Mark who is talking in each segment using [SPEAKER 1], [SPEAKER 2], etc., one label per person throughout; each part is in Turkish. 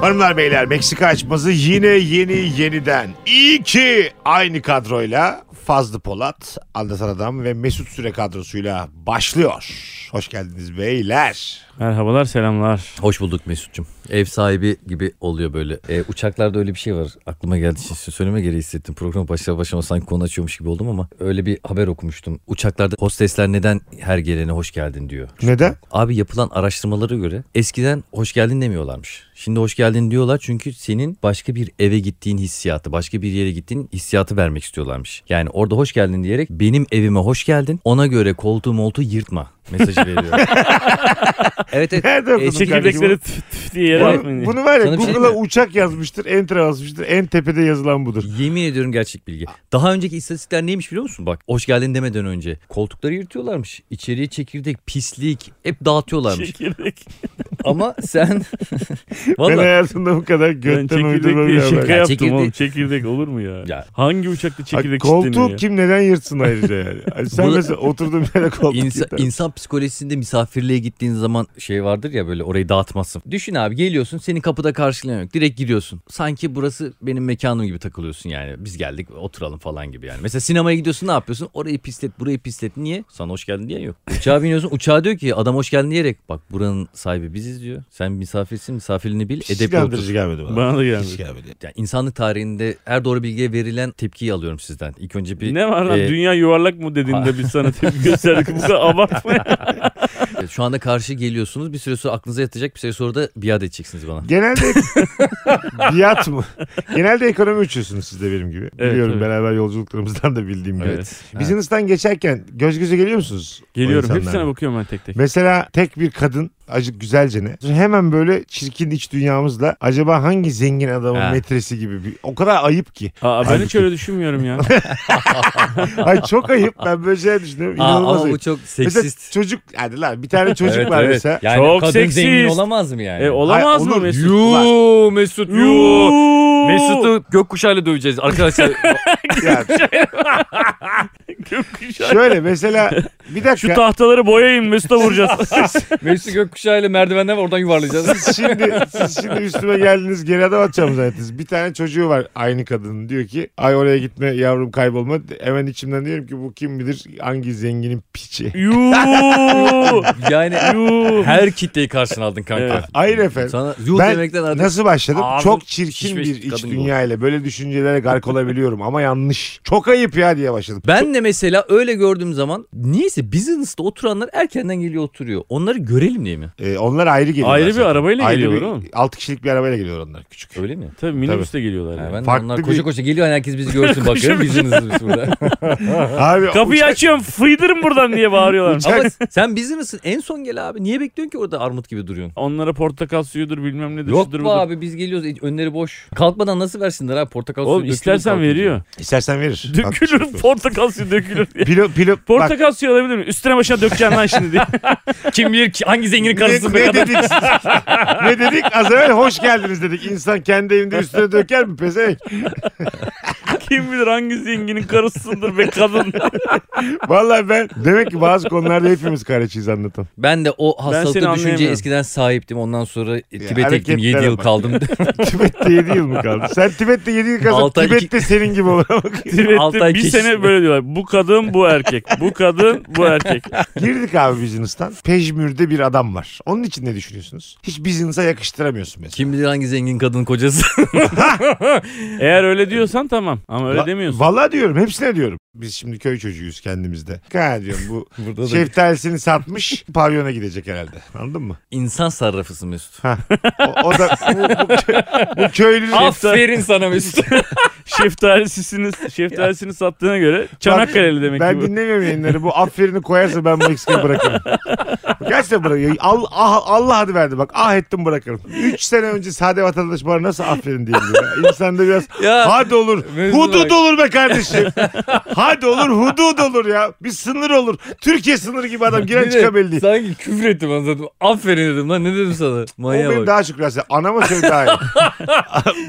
[SPEAKER 1] Hanımlar beyler Meksika açması yine yeni yeniden. İyi ki aynı kadroyla Fazlı Polat, Anlatan Adam ve Mesut Süre kadrosuyla başlıyor. Hoş geldiniz beyler.
[SPEAKER 2] Merhabalar selamlar.
[SPEAKER 3] Hoş bulduk Mesut'cum. Ev sahibi gibi oluyor böyle. E, uçaklarda öyle bir şey var. Aklıma geldi için söyleme gereği hissettim. Program başlar başlamaz sanki konu açıyormuş gibi oldum ama öyle bir haber okumuştum. Uçaklarda hostesler neden her gelene hoş geldin diyor.
[SPEAKER 1] Neden?
[SPEAKER 3] Abi yapılan araştırmalara göre eskiden hoş geldin demiyorlarmış. Şimdi hoş geldin diyorlar çünkü senin başka bir eve gittiğin hissiyatı, başka bir yere gittiğin hissiyatı vermek istiyorlarmış. Yani orada hoş geldin diyerek benim evime hoş geldin ona göre koltuğu moltuğu yırtma mesajı veriyor. evet evet. E,
[SPEAKER 1] Nerede okudun
[SPEAKER 3] Eski
[SPEAKER 1] kardeşim?
[SPEAKER 2] Çekirdekleri tüf tüf diye yere
[SPEAKER 1] Bunu,
[SPEAKER 2] atmayın diye.
[SPEAKER 1] bunu var ya
[SPEAKER 3] Sana bir şey
[SPEAKER 1] Google'a
[SPEAKER 3] mi?
[SPEAKER 1] uçak yazmıştır, enter yazmıştır. En tepede yazılan budur.
[SPEAKER 3] Yemin ediyorum gerçek bilgi. Daha önceki istatistikler neymiş biliyor musun? Bak hoş geldin demeden önce koltukları yırtıyorlarmış. İçeriye çekirdek, pislik hep dağıtıyorlarmış.
[SPEAKER 2] Çekirdek.
[SPEAKER 3] Ama sen
[SPEAKER 1] Ben
[SPEAKER 3] valla
[SPEAKER 1] hayatımda bu kadar
[SPEAKER 2] Ben
[SPEAKER 1] götten uydurma
[SPEAKER 2] çekirdek
[SPEAKER 1] bir
[SPEAKER 2] diye şaka
[SPEAKER 1] haber.
[SPEAKER 3] Ya
[SPEAKER 2] yaptım
[SPEAKER 3] çekirdek-
[SPEAKER 2] oğlum. Çekirdek olur mu ya?
[SPEAKER 3] Ya.
[SPEAKER 2] Hangi uçakta çekirdek
[SPEAKER 1] Ay,
[SPEAKER 2] isteniyor
[SPEAKER 1] koltuğu
[SPEAKER 2] ya?
[SPEAKER 1] kim neden yırtsın ayrıca yani? Ay, sen
[SPEAKER 3] Bunu-
[SPEAKER 1] mesela oturduğun bir yere koltuk
[SPEAKER 3] insan,
[SPEAKER 1] yırtar.
[SPEAKER 3] insan psikolojisinde misafirliğe gittiğin zaman şey vardır ya böyle orayı dağıtmasın. Düşün abi geliyorsun seni kapıda karşılayan yok. Direkt giriyorsun. Sanki burası benim mekanım gibi takılıyorsun yani. Biz geldik oturalım falan gibi yani. Mesela sinemaya gidiyorsun ne yapıyorsun? Orayı pislet burayı pislet. Niye? Sana hoş geldin diyen yok. Uçağa biniyorsun uçağa diyor ki adam hoş geldin diyerek. Bak buranın sahibi biziz diyor. Sen misafirsin misafirini bil.
[SPEAKER 1] Hiç
[SPEAKER 3] Edepli otur.
[SPEAKER 1] inandırıcı gelmedi bana.
[SPEAKER 2] Bana da
[SPEAKER 1] Hiç
[SPEAKER 2] gelmedi.
[SPEAKER 1] gelmedi.
[SPEAKER 3] Yani insanlık tarihinde her doğru bilgiye verilen tepkiyi alıyorum sizden. İlk önce bir
[SPEAKER 2] Ne var lan
[SPEAKER 3] e,
[SPEAKER 2] dünya yuvarlak mı dediğinde biz sana tepki gösterdik. Bu kadar abartma ya.
[SPEAKER 3] Şu anda karşı geliyorsunuz. Bir süre sonra aklınıza yatacak. Bir süre sonra da biat edeceksiniz bana.
[SPEAKER 1] Genelde biat mı? Genelde ekonomi uçuyorsunuz siz de benim gibi.
[SPEAKER 2] Evet,
[SPEAKER 1] Biliyorum
[SPEAKER 2] tabii.
[SPEAKER 1] beraber yolculuklarımızdan da bildiğim gibi.
[SPEAKER 2] Evet.
[SPEAKER 1] Bizinizden geçerken göz göze geliyor musunuz? o
[SPEAKER 2] Geliyorum.
[SPEAKER 1] insanlarla?
[SPEAKER 2] Hepsine bakıyorum ben tek tek.
[SPEAKER 1] Mesela tek bir kadın acık güzelcene hemen böyle çirkin iç dünyamızla acaba hangi zengin adamın
[SPEAKER 3] Ha.
[SPEAKER 1] metresi gibi bir, o kadar ayıp ki.
[SPEAKER 2] Aa, ben hiç öyle düşünmüyorum ya.
[SPEAKER 1] Ay çok ayıp ben böyle şeyler düşünüyorum.
[SPEAKER 3] Aa,
[SPEAKER 1] İnanılmaz
[SPEAKER 3] ama bu
[SPEAKER 1] ayıp.
[SPEAKER 3] çok
[SPEAKER 1] Mesela
[SPEAKER 3] seksist.
[SPEAKER 1] çocuk hadi lan bir tane çocuk var mesela.
[SPEAKER 3] Yani
[SPEAKER 2] Çok
[SPEAKER 3] kadın zengin
[SPEAKER 2] seksist.
[SPEAKER 3] olamaz mı yani?
[SPEAKER 2] e, olamaz
[SPEAKER 1] Hayır,
[SPEAKER 2] mı
[SPEAKER 1] olur.
[SPEAKER 2] Mesut?
[SPEAKER 3] Yuu Mesut yuu.
[SPEAKER 2] Yuuu.
[SPEAKER 3] Mesut'u gökkuşağıyla döveceğiz arkadaşlar.
[SPEAKER 1] Ya,
[SPEAKER 2] Gökkuşağı.
[SPEAKER 1] şöyle mesela bir dakika.
[SPEAKER 2] şey- Şu tahtaları boyayın Mesut'a vuracağız.
[SPEAKER 3] Mesut'u gökkuşağıyla merdivenden oradan yuvarlayacağız.
[SPEAKER 1] siz şimdi siz şimdi üstüme geldiniz geri adam atacağım zannettiniz. Bir tane çocuğu var aynı kadının diyor ki ay oraya gitme yavrum kaybolma. Hemen içimden diyorum ki bu kim bilir hangi zenginin piçi.
[SPEAKER 2] Yuuu.
[SPEAKER 3] yani
[SPEAKER 2] Yuuu.
[SPEAKER 3] her kitleyi karşına aldın kanka.
[SPEAKER 2] Evet.
[SPEAKER 1] Hayır efendim.
[SPEAKER 3] Sana yuh
[SPEAKER 1] Ben
[SPEAKER 3] demekten artık
[SPEAKER 1] Nasıl başladım?
[SPEAKER 3] Ağzım
[SPEAKER 1] Çok çirkin
[SPEAKER 3] şişmiş
[SPEAKER 1] bir iç
[SPEAKER 3] kadın
[SPEAKER 1] dünya ile böyle düşüncelere gark olabiliyorum ama yanlış. Çok ayıp ya diye başladım.
[SPEAKER 3] Ben de mesela öyle gördüğüm zaman niyeyse business'ta oturanlar erkenden geliyor oturuyor. Onları görelim diye mi?
[SPEAKER 1] Ee, onlar ayrı geliyorlar.
[SPEAKER 2] Ayrı bir
[SPEAKER 1] zaten.
[SPEAKER 2] arabayla
[SPEAKER 1] Ayrı
[SPEAKER 2] geliyorlar
[SPEAKER 1] bir-
[SPEAKER 2] oğlum.
[SPEAKER 1] 6 kişilik bir arabayla geliyor onlar küçük.
[SPEAKER 3] Öyle mi?
[SPEAKER 2] Tabii minibüste geliyorlar.
[SPEAKER 3] Ha,
[SPEAKER 2] yani.
[SPEAKER 3] ben de
[SPEAKER 1] Farklı
[SPEAKER 3] onlar
[SPEAKER 1] bir-
[SPEAKER 3] koşa koşa geliyor hani herkes bizi görsün bakın business'ız biz burada.
[SPEAKER 1] Abi
[SPEAKER 2] Kapıyı
[SPEAKER 1] uçak-
[SPEAKER 2] açıyorum fıydırın buradan diye bağırıyorlar.
[SPEAKER 1] Uçak-
[SPEAKER 3] Ama sen bizi misin? En son gel abi. Niye bekliyorsun ki orada armut gibi duruyorsun?
[SPEAKER 2] Onlara portakal suyudur bilmem nedir.
[SPEAKER 3] Yok
[SPEAKER 2] şudur
[SPEAKER 3] be
[SPEAKER 2] budur.
[SPEAKER 3] abi biz geliyoruz hiç önleri boş. Kalkmadan nasıl versinler abi portakal suyu
[SPEAKER 2] Oğlum
[SPEAKER 3] dökülür
[SPEAKER 2] istersen
[SPEAKER 3] kalkınca.
[SPEAKER 2] veriyor.
[SPEAKER 1] İstersen verir. Bak,
[SPEAKER 2] Dökülür portakal suyu dökülür diye.
[SPEAKER 1] Pilot, pilot, bak,
[SPEAKER 2] Portakal suyu alabilir miyim? Üstüne başına dökeceksin lan şimdi diye.
[SPEAKER 3] Kim bilir ki- hangi zenginin karısı
[SPEAKER 1] ne,
[SPEAKER 3] be
[SPEAKER 1] ne
[SPEAKER 3] kadar.
[SPEAKER 1] dedik? ne dedik? Az evvel hoş geldiniz dedik. İnsan kendi evinde üstüne döker mi pezevenk?
[SPEAKER 2] Kim bilir hangi zenginin karısındır be kadın.
[SPEAKER 1] Vallahi ben demek ki bazı konularda hepimiz kareçiyiz anlatan.
[SPEAKER 3] Ben de o
[SPEAKER 2] seni
[SPEAKER 3] hastalıklı düşünceye
[SPEAKER 2] anlayamıyorum.
[SPEAKER 3] eskiden sahiptim. Ondan sonra Tibet'e gittim.
[SPEAKER 1] hareketlere
[SPEAKER 3] 7 yıl
[SPEAKER 1] bak.
[SPEAKER 3] kaldım.
[SPEAKER 1] Tibet'te 7 yıl mı kaldı? Sen Tibet'te 7 yıl kalsan
[SPEAKER 3] Altı ay iki-
[SPEAKER 1] Tibet'te senin gibi olur. ama.
[SPEAKER 3] Altı
[SPEAKER 2] Tibet'te
[SPEAKER 3] ay
[SPEAKER 2] bir
[SPEAKER 3] kesin.
[SPEAKER 2] sene böyle diyorlar. Bu kadın bu erkek. Bu kadın bu erkek.
[SPEAKER 1] Girdik abi business'tan. Pejmür'de bir adam var. Onun için ne düşünüyorsunuz? Hiç business'a yakıştıramıyorsun mesela.
[SPEAKER 3] Kim bilir hangi zengin kadının kocası.
[SPEAKER 2] Eğer öyle diyorsan tamam. Ama öyle demiyorsun.
[SPEAKER 1] Valla diyorum hepsine diyorum. Biz şimdi köy çocuğuyuz kendimizde. Ha diyorum bu
[SPEAKER 3] Burada da
[SPEAKER 1] şeftalisini satmış pavyona gidecek herhalde. Anladın mı?
[SPEAKER 3] insan sarrafısı Mesut.
[SPEAKER 1] O, o da bu, bu, kö- bu köylünün...
[SPEAKER 3] Aferin sana Mesut.
[SPEAKER 2] Şeftalisini, şeftalisini sattığına göre Çanakkale'li demek
[SPEAKER 1] ben
[SPEAKER 2] ki bu.
[SPEAKER 1] dinlemiyorum yayınları. Bu aferini koyarsa ben Meksika'yı bırakırım. Gerçekten bırakırım. Allah, ah, Allah hadi verdi bak. Ah ettim bırakırım. 3 sene önce sade vatandaş bana nasıl aferin diyebiliyor. ya? İnsanda biraz
[SPEAKER 3] Ya,
[SPEAKER 1] hadi olur.
[SPEAKER 3] Mesut.
[SPEAKER 1] Hudut olur be kardeşim. Hadi olur hudut olur ya. Bir sınır olur. Türkiye sınırı gibi adam giren çıkabildi. değil.
[SPEAKER 3] Sanki küfür ettim anladım. Aferin dedim lan ne dedim sana.
[SPEAKER 1] O
[SPEAKER 3] Manyağa
[SPEAKER 1] benim
[SPEAKER 3] bak.
[SPEAKER 1] daha çok rahatsız. Anama söyle daha iyi.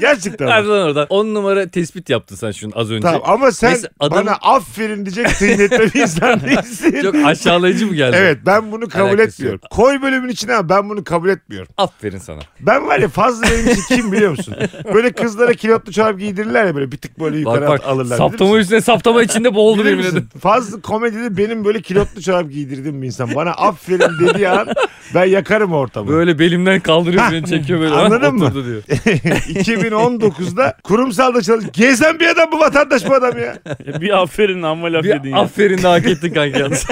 [SPEAKER 1] Gerçekten.
[SPEAKER 3] Hadi lan oradan. 10 numara tespit yaptın sen şunu az önce.
[SPEAKER 1] Tamam ama sen
[SPEAKER 3] şey- Neyse, adam-
[SPEAKER 1] bana aferin diyecek zihnette bir insan değilsin.
[SPEAKER 3] Çok aşağılayıcı mı geldi?
[SPEAKER 1] Evet ben bunu kabul
[SPEAKER 3] Alakası
[SPEAKER 1] etmiyorum. Koy bölümün içine ama ben bunu kabul etmiyorum.
[SPEAKER 3] Aferin sana.
[SPEAKER 1] Ben var ya fazla benim için kim biliyor musun? Böyle kızlara kilotlu çorap giydirirler ya böyle bir tık böyle yukarı
[SPEAKER 3] Bak bak
[SPEAKER 1] alırlar. bilir
[SPEAKER 3] saptama
[SPEAKER 1] misin?
[SPEAKER 3] üstüne saptama içinde boğuldu
[SPEAKER 1] Bilir
[SPEAKER 3] yemin
[SPEAKER 1] misin?
[SPEAKER 3] ederim.
[SPEAKER 1] Fazla komedide benim böyle kilotlu çorap giydirdiğim bir insan. Bana aferin dediği an ben yakarım ortamı.
[SPEAKER 3] Böyle belimden kaldırıyor beni çekiyor böyle.
[SPEAKER 1] Anladın
[SPEAKER 3] "Ah,
[SPEAKER 1] mı?
[SPEAKER 3] Oturdu diyor.
[SPEAKER 1] 2019'da kurumsalda çalış gezen bir adam bu vatandaş bu adam ya.
[SPEAKER 2] Bir aferin amma laf yedin
[SPEAKER 3] Bir
[SPEAKER 2] ya.
[SPEAKER 3] aferin de hak ettin kanka yalnız.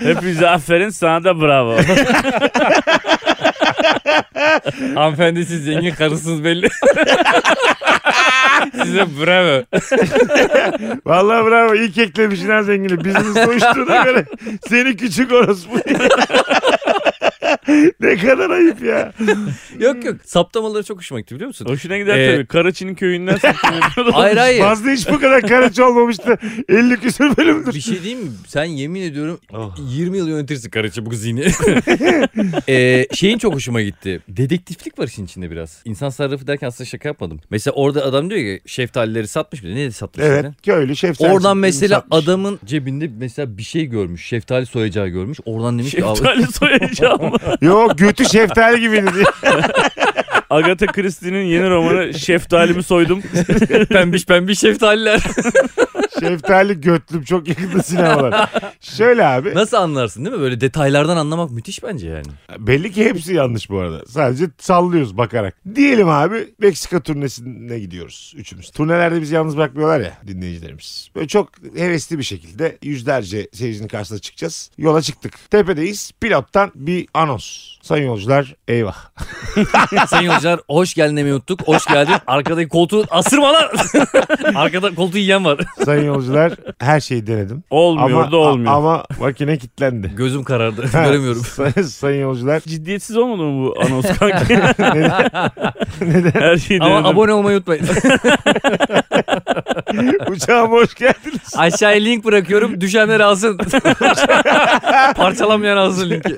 [SPEAKER 2] Hepinize aferin sana da bravo.
[SPEAKER 3] Hanımefendi siz zengin karısınız belli. Size bravo.
[SPEAKER 1] Vallahi bravo ilk eklemişsin ha zengini. Bizimiz uyuştuğuna göre seni küçük orospu. ne kadar ayıp ya.
[SPEAKER 3] Yok yok saptamaları çok hoşuma gitti biliyor musun?
[SPEAKER 2] Hoşuna gider
[SPEAKER 3] Ee,
[SPEAKER 2] tabii. Karaçi'nin köyünden saklanıyordu.
[SPEAKER 3] Hayır hayır.
[SPEAKER 1] Fazla hiç bu kadar karaç olmamıştı. 50 küsür
[SPEAKER 3] Bir
[SPEAKER 1] bölümdür.
[SPEAKER 3] şey diyeyim mi? Sen yemin ediyorum
[SPEAKER 1] Oh.
[SPEAKER 3] 20 yıl yönetirsin Karaca bu zihni. Ee, şeyin çok hoşuma gitti. Dedektiflik var işin içinde biraz. İnsan sarrafı derken aslında şaka yapmadım. Mesela orada adam diyor ki şeftalileri satmış mı? Ne satmış?
[SPEAKER 1] Evet
[SPEAKER 3] yani?
[SPEAKER 1] köylü şef
[SPEAKER 3] Oradan mesela adamın cebinde mesela bir şey görmüş. Şeftali soyacağı görmüş. Oradan demiş ki "Abi,
[SPEAKER 2] Şeftali soyacağım.
[SPEAKER 1] Yok götü şeftali gibiydi. diye.
[SPEAKER 2] Agatha Christie'nin yeni romanı Şeftalimi Soydum.
[SPEAKER 3] pembiş pembiş şeftaliler.
[SPEAKER 1] şeftali götlüm çok yakında sinemalar. Şöyle abi.
[SPEAKER 3] Nasıl anlarsın değil mi? Böyle detaylardan anlamak müthiş bence yani.
[SPEAKER 1] Belli ki hepsi yanlış bu arada. Sadece sallıyoruz bakarak. Diyelim abi Meksika turnesine gidiyoruz üçümüz. Turnelerde bizi yalnız bırakmıyorlar ya dinleyicilerimiz. Böyle çok hevesli bir şekilde yüzlerce seyircinin karşısına çıkacağız. Yola çıktık. Tepedeyiz. Pilottan bir anons. Sayın yolcular eyvah.
[SPEAKER 3] Sayın yolcular hoş geldin demeyi unuttuk. Hoş geldin. Arkadaki koltuğu asırma lan. Arkada koltuğu yiyen var.
[SPEAKER 1] Sayın yolcular her şeyi denedim.
[SPEAKER 2] Olmuyor
[SPEAKER 1] ama,
[SPEAKER 2] da olmuyor.
[SPEAKER 1] a- ama makine kilitlendi.
[SPEAKER 3] Gözüm karardı. Göremiyorum.
[SPEAKER 1] Say- Sayın yolcular
[SPEAKER 2] Ciddiyetsiz olmadı mı bu anons kanki?
[SPEAKER 1] neden, neden?
[SPEAKER 2] Her şeyi
[SPEAKER 3] Ama
[SPEAKER 2] denedim.
[SPEAKER 3] abone olmayı unutmayın.
[SPEAKER 1] uçağıma hoş geldiniz.
[SPEAKER 3] Aşağıya link bırakıyorum. Düşenler alsın. Parçalanmayan alsın linki.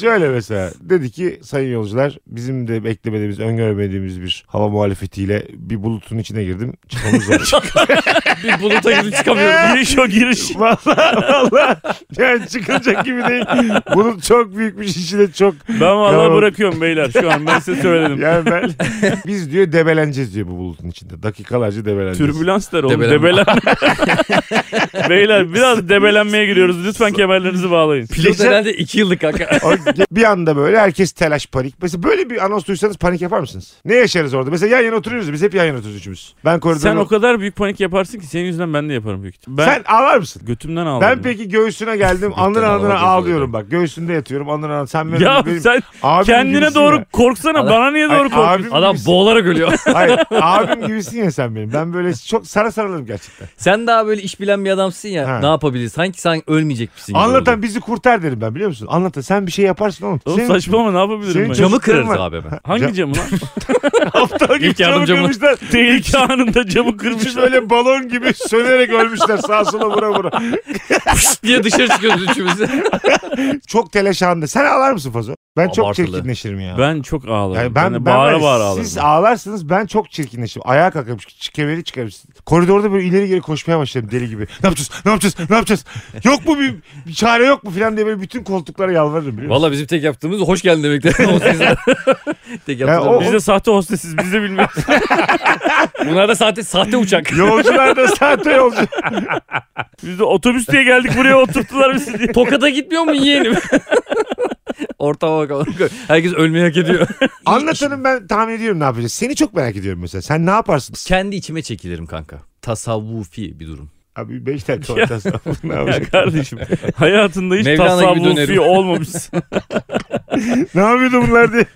[SPEAKER 1] Şöyle mesela dedi ki sayın yolcular bizim de beklemediğimiz öngörmediğimiz bir hava muhalefetiyle bir bulutun içine girdim. Çıkmamız zor.
[SPEAKER 3] Bir buluta girip çıkamıyorum.
[SPEAKER 2] Giriş o giriş.
[SPEAKER 1] valla valla yani çıkılacak gibi değil. Bulut çok büyük bir içine çok.
[SPEAKER 2] Ben vallahi
[SPEAKER 1] Tamam.
[SPEAKER 2] bırakıyorum beyler şu an ben size söyledim.
[SPEAKER 1] Yani ben, biz diyor debeleneceğiz diyor bu bulutun içinde. Dakikalarca debeleneceğiz.
[SPEAKER 2] Türbülanslar oğlum
[SPEAKER 3] Debelenme.
[SPEAKER 2] debelenme. beyler biraz debelenmeye giriyoruz lütfen kemerlerinizi bağlayın.
[SPEAKER 3] Pilot
[SPEAKER 1] Geçen-
[SPEAKER 3] herhalde 2 yıllık kanka.
[SPEAKER 1] O ge- bir anda böyle herkes telaş panik. Mesela böyle bir anons duysanız panik yapar mısınız? Ne yaşarız orada? Mesela yan yana oturuyoruz. Biz hep yan yana oturuyoruz üçümüz. Ben koridorda.
[SPEAKER 2] Sen o kadar büyük panik yaparsın ki senin yüzünden ben de yaparım büyük ihtimal. Ben
[SPEAKER 1] Sen ağlar mısın?
[SPEAKER 2] götümden aldım.
[SPEAKER 1] Ben peki göğsüne geldim anır
[SPEAKER 3] Gökten
[SPEAKER 1] anır
[SPEAKER 3] ağlamaz
[SPEAKER 1] ağlıyorum bak. Göğsünde yatıyorum anır anır. Sen benim,
[SPEAKER 2] ya
[SPEAKER 1] benim
[SPEAKER 2] sen
[SPEAKER 1] abim
[SPEAKER 2] kendine
[SPEAKER 1] gibisin
[SPEAKER 2] doğru
[SPEAKER 1] ya.
[SPEAKER 2] korksana
[SPEAKER 3] Adam-
[SPEAKER 2] bana niye doğru
[SPEAKER 1] Ay,
[SPEAKER 2] korkuyorsun?
[SPEAKER 1] abim
[SPEAKER 3] Adam
[SPEAKER 1] gibisin.
[SPEAKER 3] boğularak ölüyor.
[SPEAKER 1] Hayır abim gibisin ya sen benim. Ben böyle çok sara sarılırım gerçekten.
[SPEAKER 3] Sen daha böyle iş bilen bir adamsın ya.
[SPEAKER 1] Ha.
[SPEAKER 3] Ne yapabiliriz? Sanki sen ölmeyecekmişsin gibi.
[SPEAKER 1] Anlatan
[SPEAKER 3] oldu.
[SPEAKER 1] bizi kurtar derim ben biliyor musun? Anlatan sen bir şey yaparsın oğlum.
[SPEAKER 2] Oğlum saçma ama ne yapabilirim
[SPEAKER 1] senin
[SPEAKER 2] ben?
[SPEAKER 1] canın-
[SPEAKER 3] Camı kırarız
[SPEAKER 1] Çocuklarım
[SPEAKER 3] abi hemen.
[SPEAKER 1] Cam-
[SPEAKER 2] Hangi camı lan?
[SPEAKER 1] aptal gibi
[SPEAKER 3] İlk yardım
[SPEAKER 1] camı
[SPEAKER 3] camı.
[SPEAKER 1] kırmışlar.
[SPEAKER 2] Tehlike anında camı
[SPEAKER 1] Kırmış
[SPEAKER 2] kırmışlar.
[SPEAKER 1] böyle balon gibi sönerek ölmüşler sağa sola vura vura.
[SPEAKER 3] Pişt diye dışarı çıkıyoruz üçümüz.
[SPEAKER 1] Çok telaş anında. Sen ağlar mısın Fazo? Ben çok
[SPEAKER 3] Abartılı.
[SPEAKER 1] çirkinleşirim ya.
[SPEAKER 2] Ben çok ağlarım.
[SPEAKER 1] Yani
[SPEAKER 2] ben,
[SPEAKER 1] ben,
[SPEAKER 2] de
[SPEAKER 1] ben
[SPEAKER 2] bağıra
[SPEAKER 1] var ya,
[SPEAKER 2] bağıra ağlarım.
[SPEAKER 1] Siz ağlarsınız ben çok çirkinleşirim. Ayağa kalkarım. ç- Kemeri çıkarım. Koridorda böyle ileri geri koşmaya başlarım deli gibi. Ne yapacağız? Ne yapacağız? Ne yapacağız? Yok mu bir, bir çare yok mu falan diye böyle bütün koltuklara yalvarırım biliyor musun?
[SPEAKER 3] Valla bizim tek yaptığımız hoş geldin demekti. O sizin- tek yaptığımız.
[SPEAKER 1] o-
[SPEAKER 2] Biz de sahte hostesiz biz de bilmiyoruz.
[SPEAKER 3] Bunlar da sahte, sahte uçak.
[SPEAKER 1] Yolcular da sahte yolcu.
[SPEAKER 2] Biz de otobüs diye geldik buraya oturttular bizi diye.
[SPEAKER 3] Tokat'a gitmiyor mu yeğenim? Ortama bakalım. Herkes ölmeyi hak ediyor.
[SPEAKER 1] Anlatanım ben tahmin ediyorum ne yapacağız. Seni çok merak ediyorum mesela. Sen ne yaparsın?
[SPEAKER 3] Kendi içime çekilirim kanka. Tasavvufi bir durum.
[SPEAKER 1] Abi 5 dakika var. tasavvuf. Ne
[SPEAKER 2] Ya
[SPEAKER 1] yapacak?
[SPEAKER 2] kardeşim hayatında hiç
[SPEAKER 3] Mevlana gibi dönerim.
[SPEAKER 2] tasavvufi olmamışsın.
[SPEAKER 1] ne yapıyordu bunlar diye.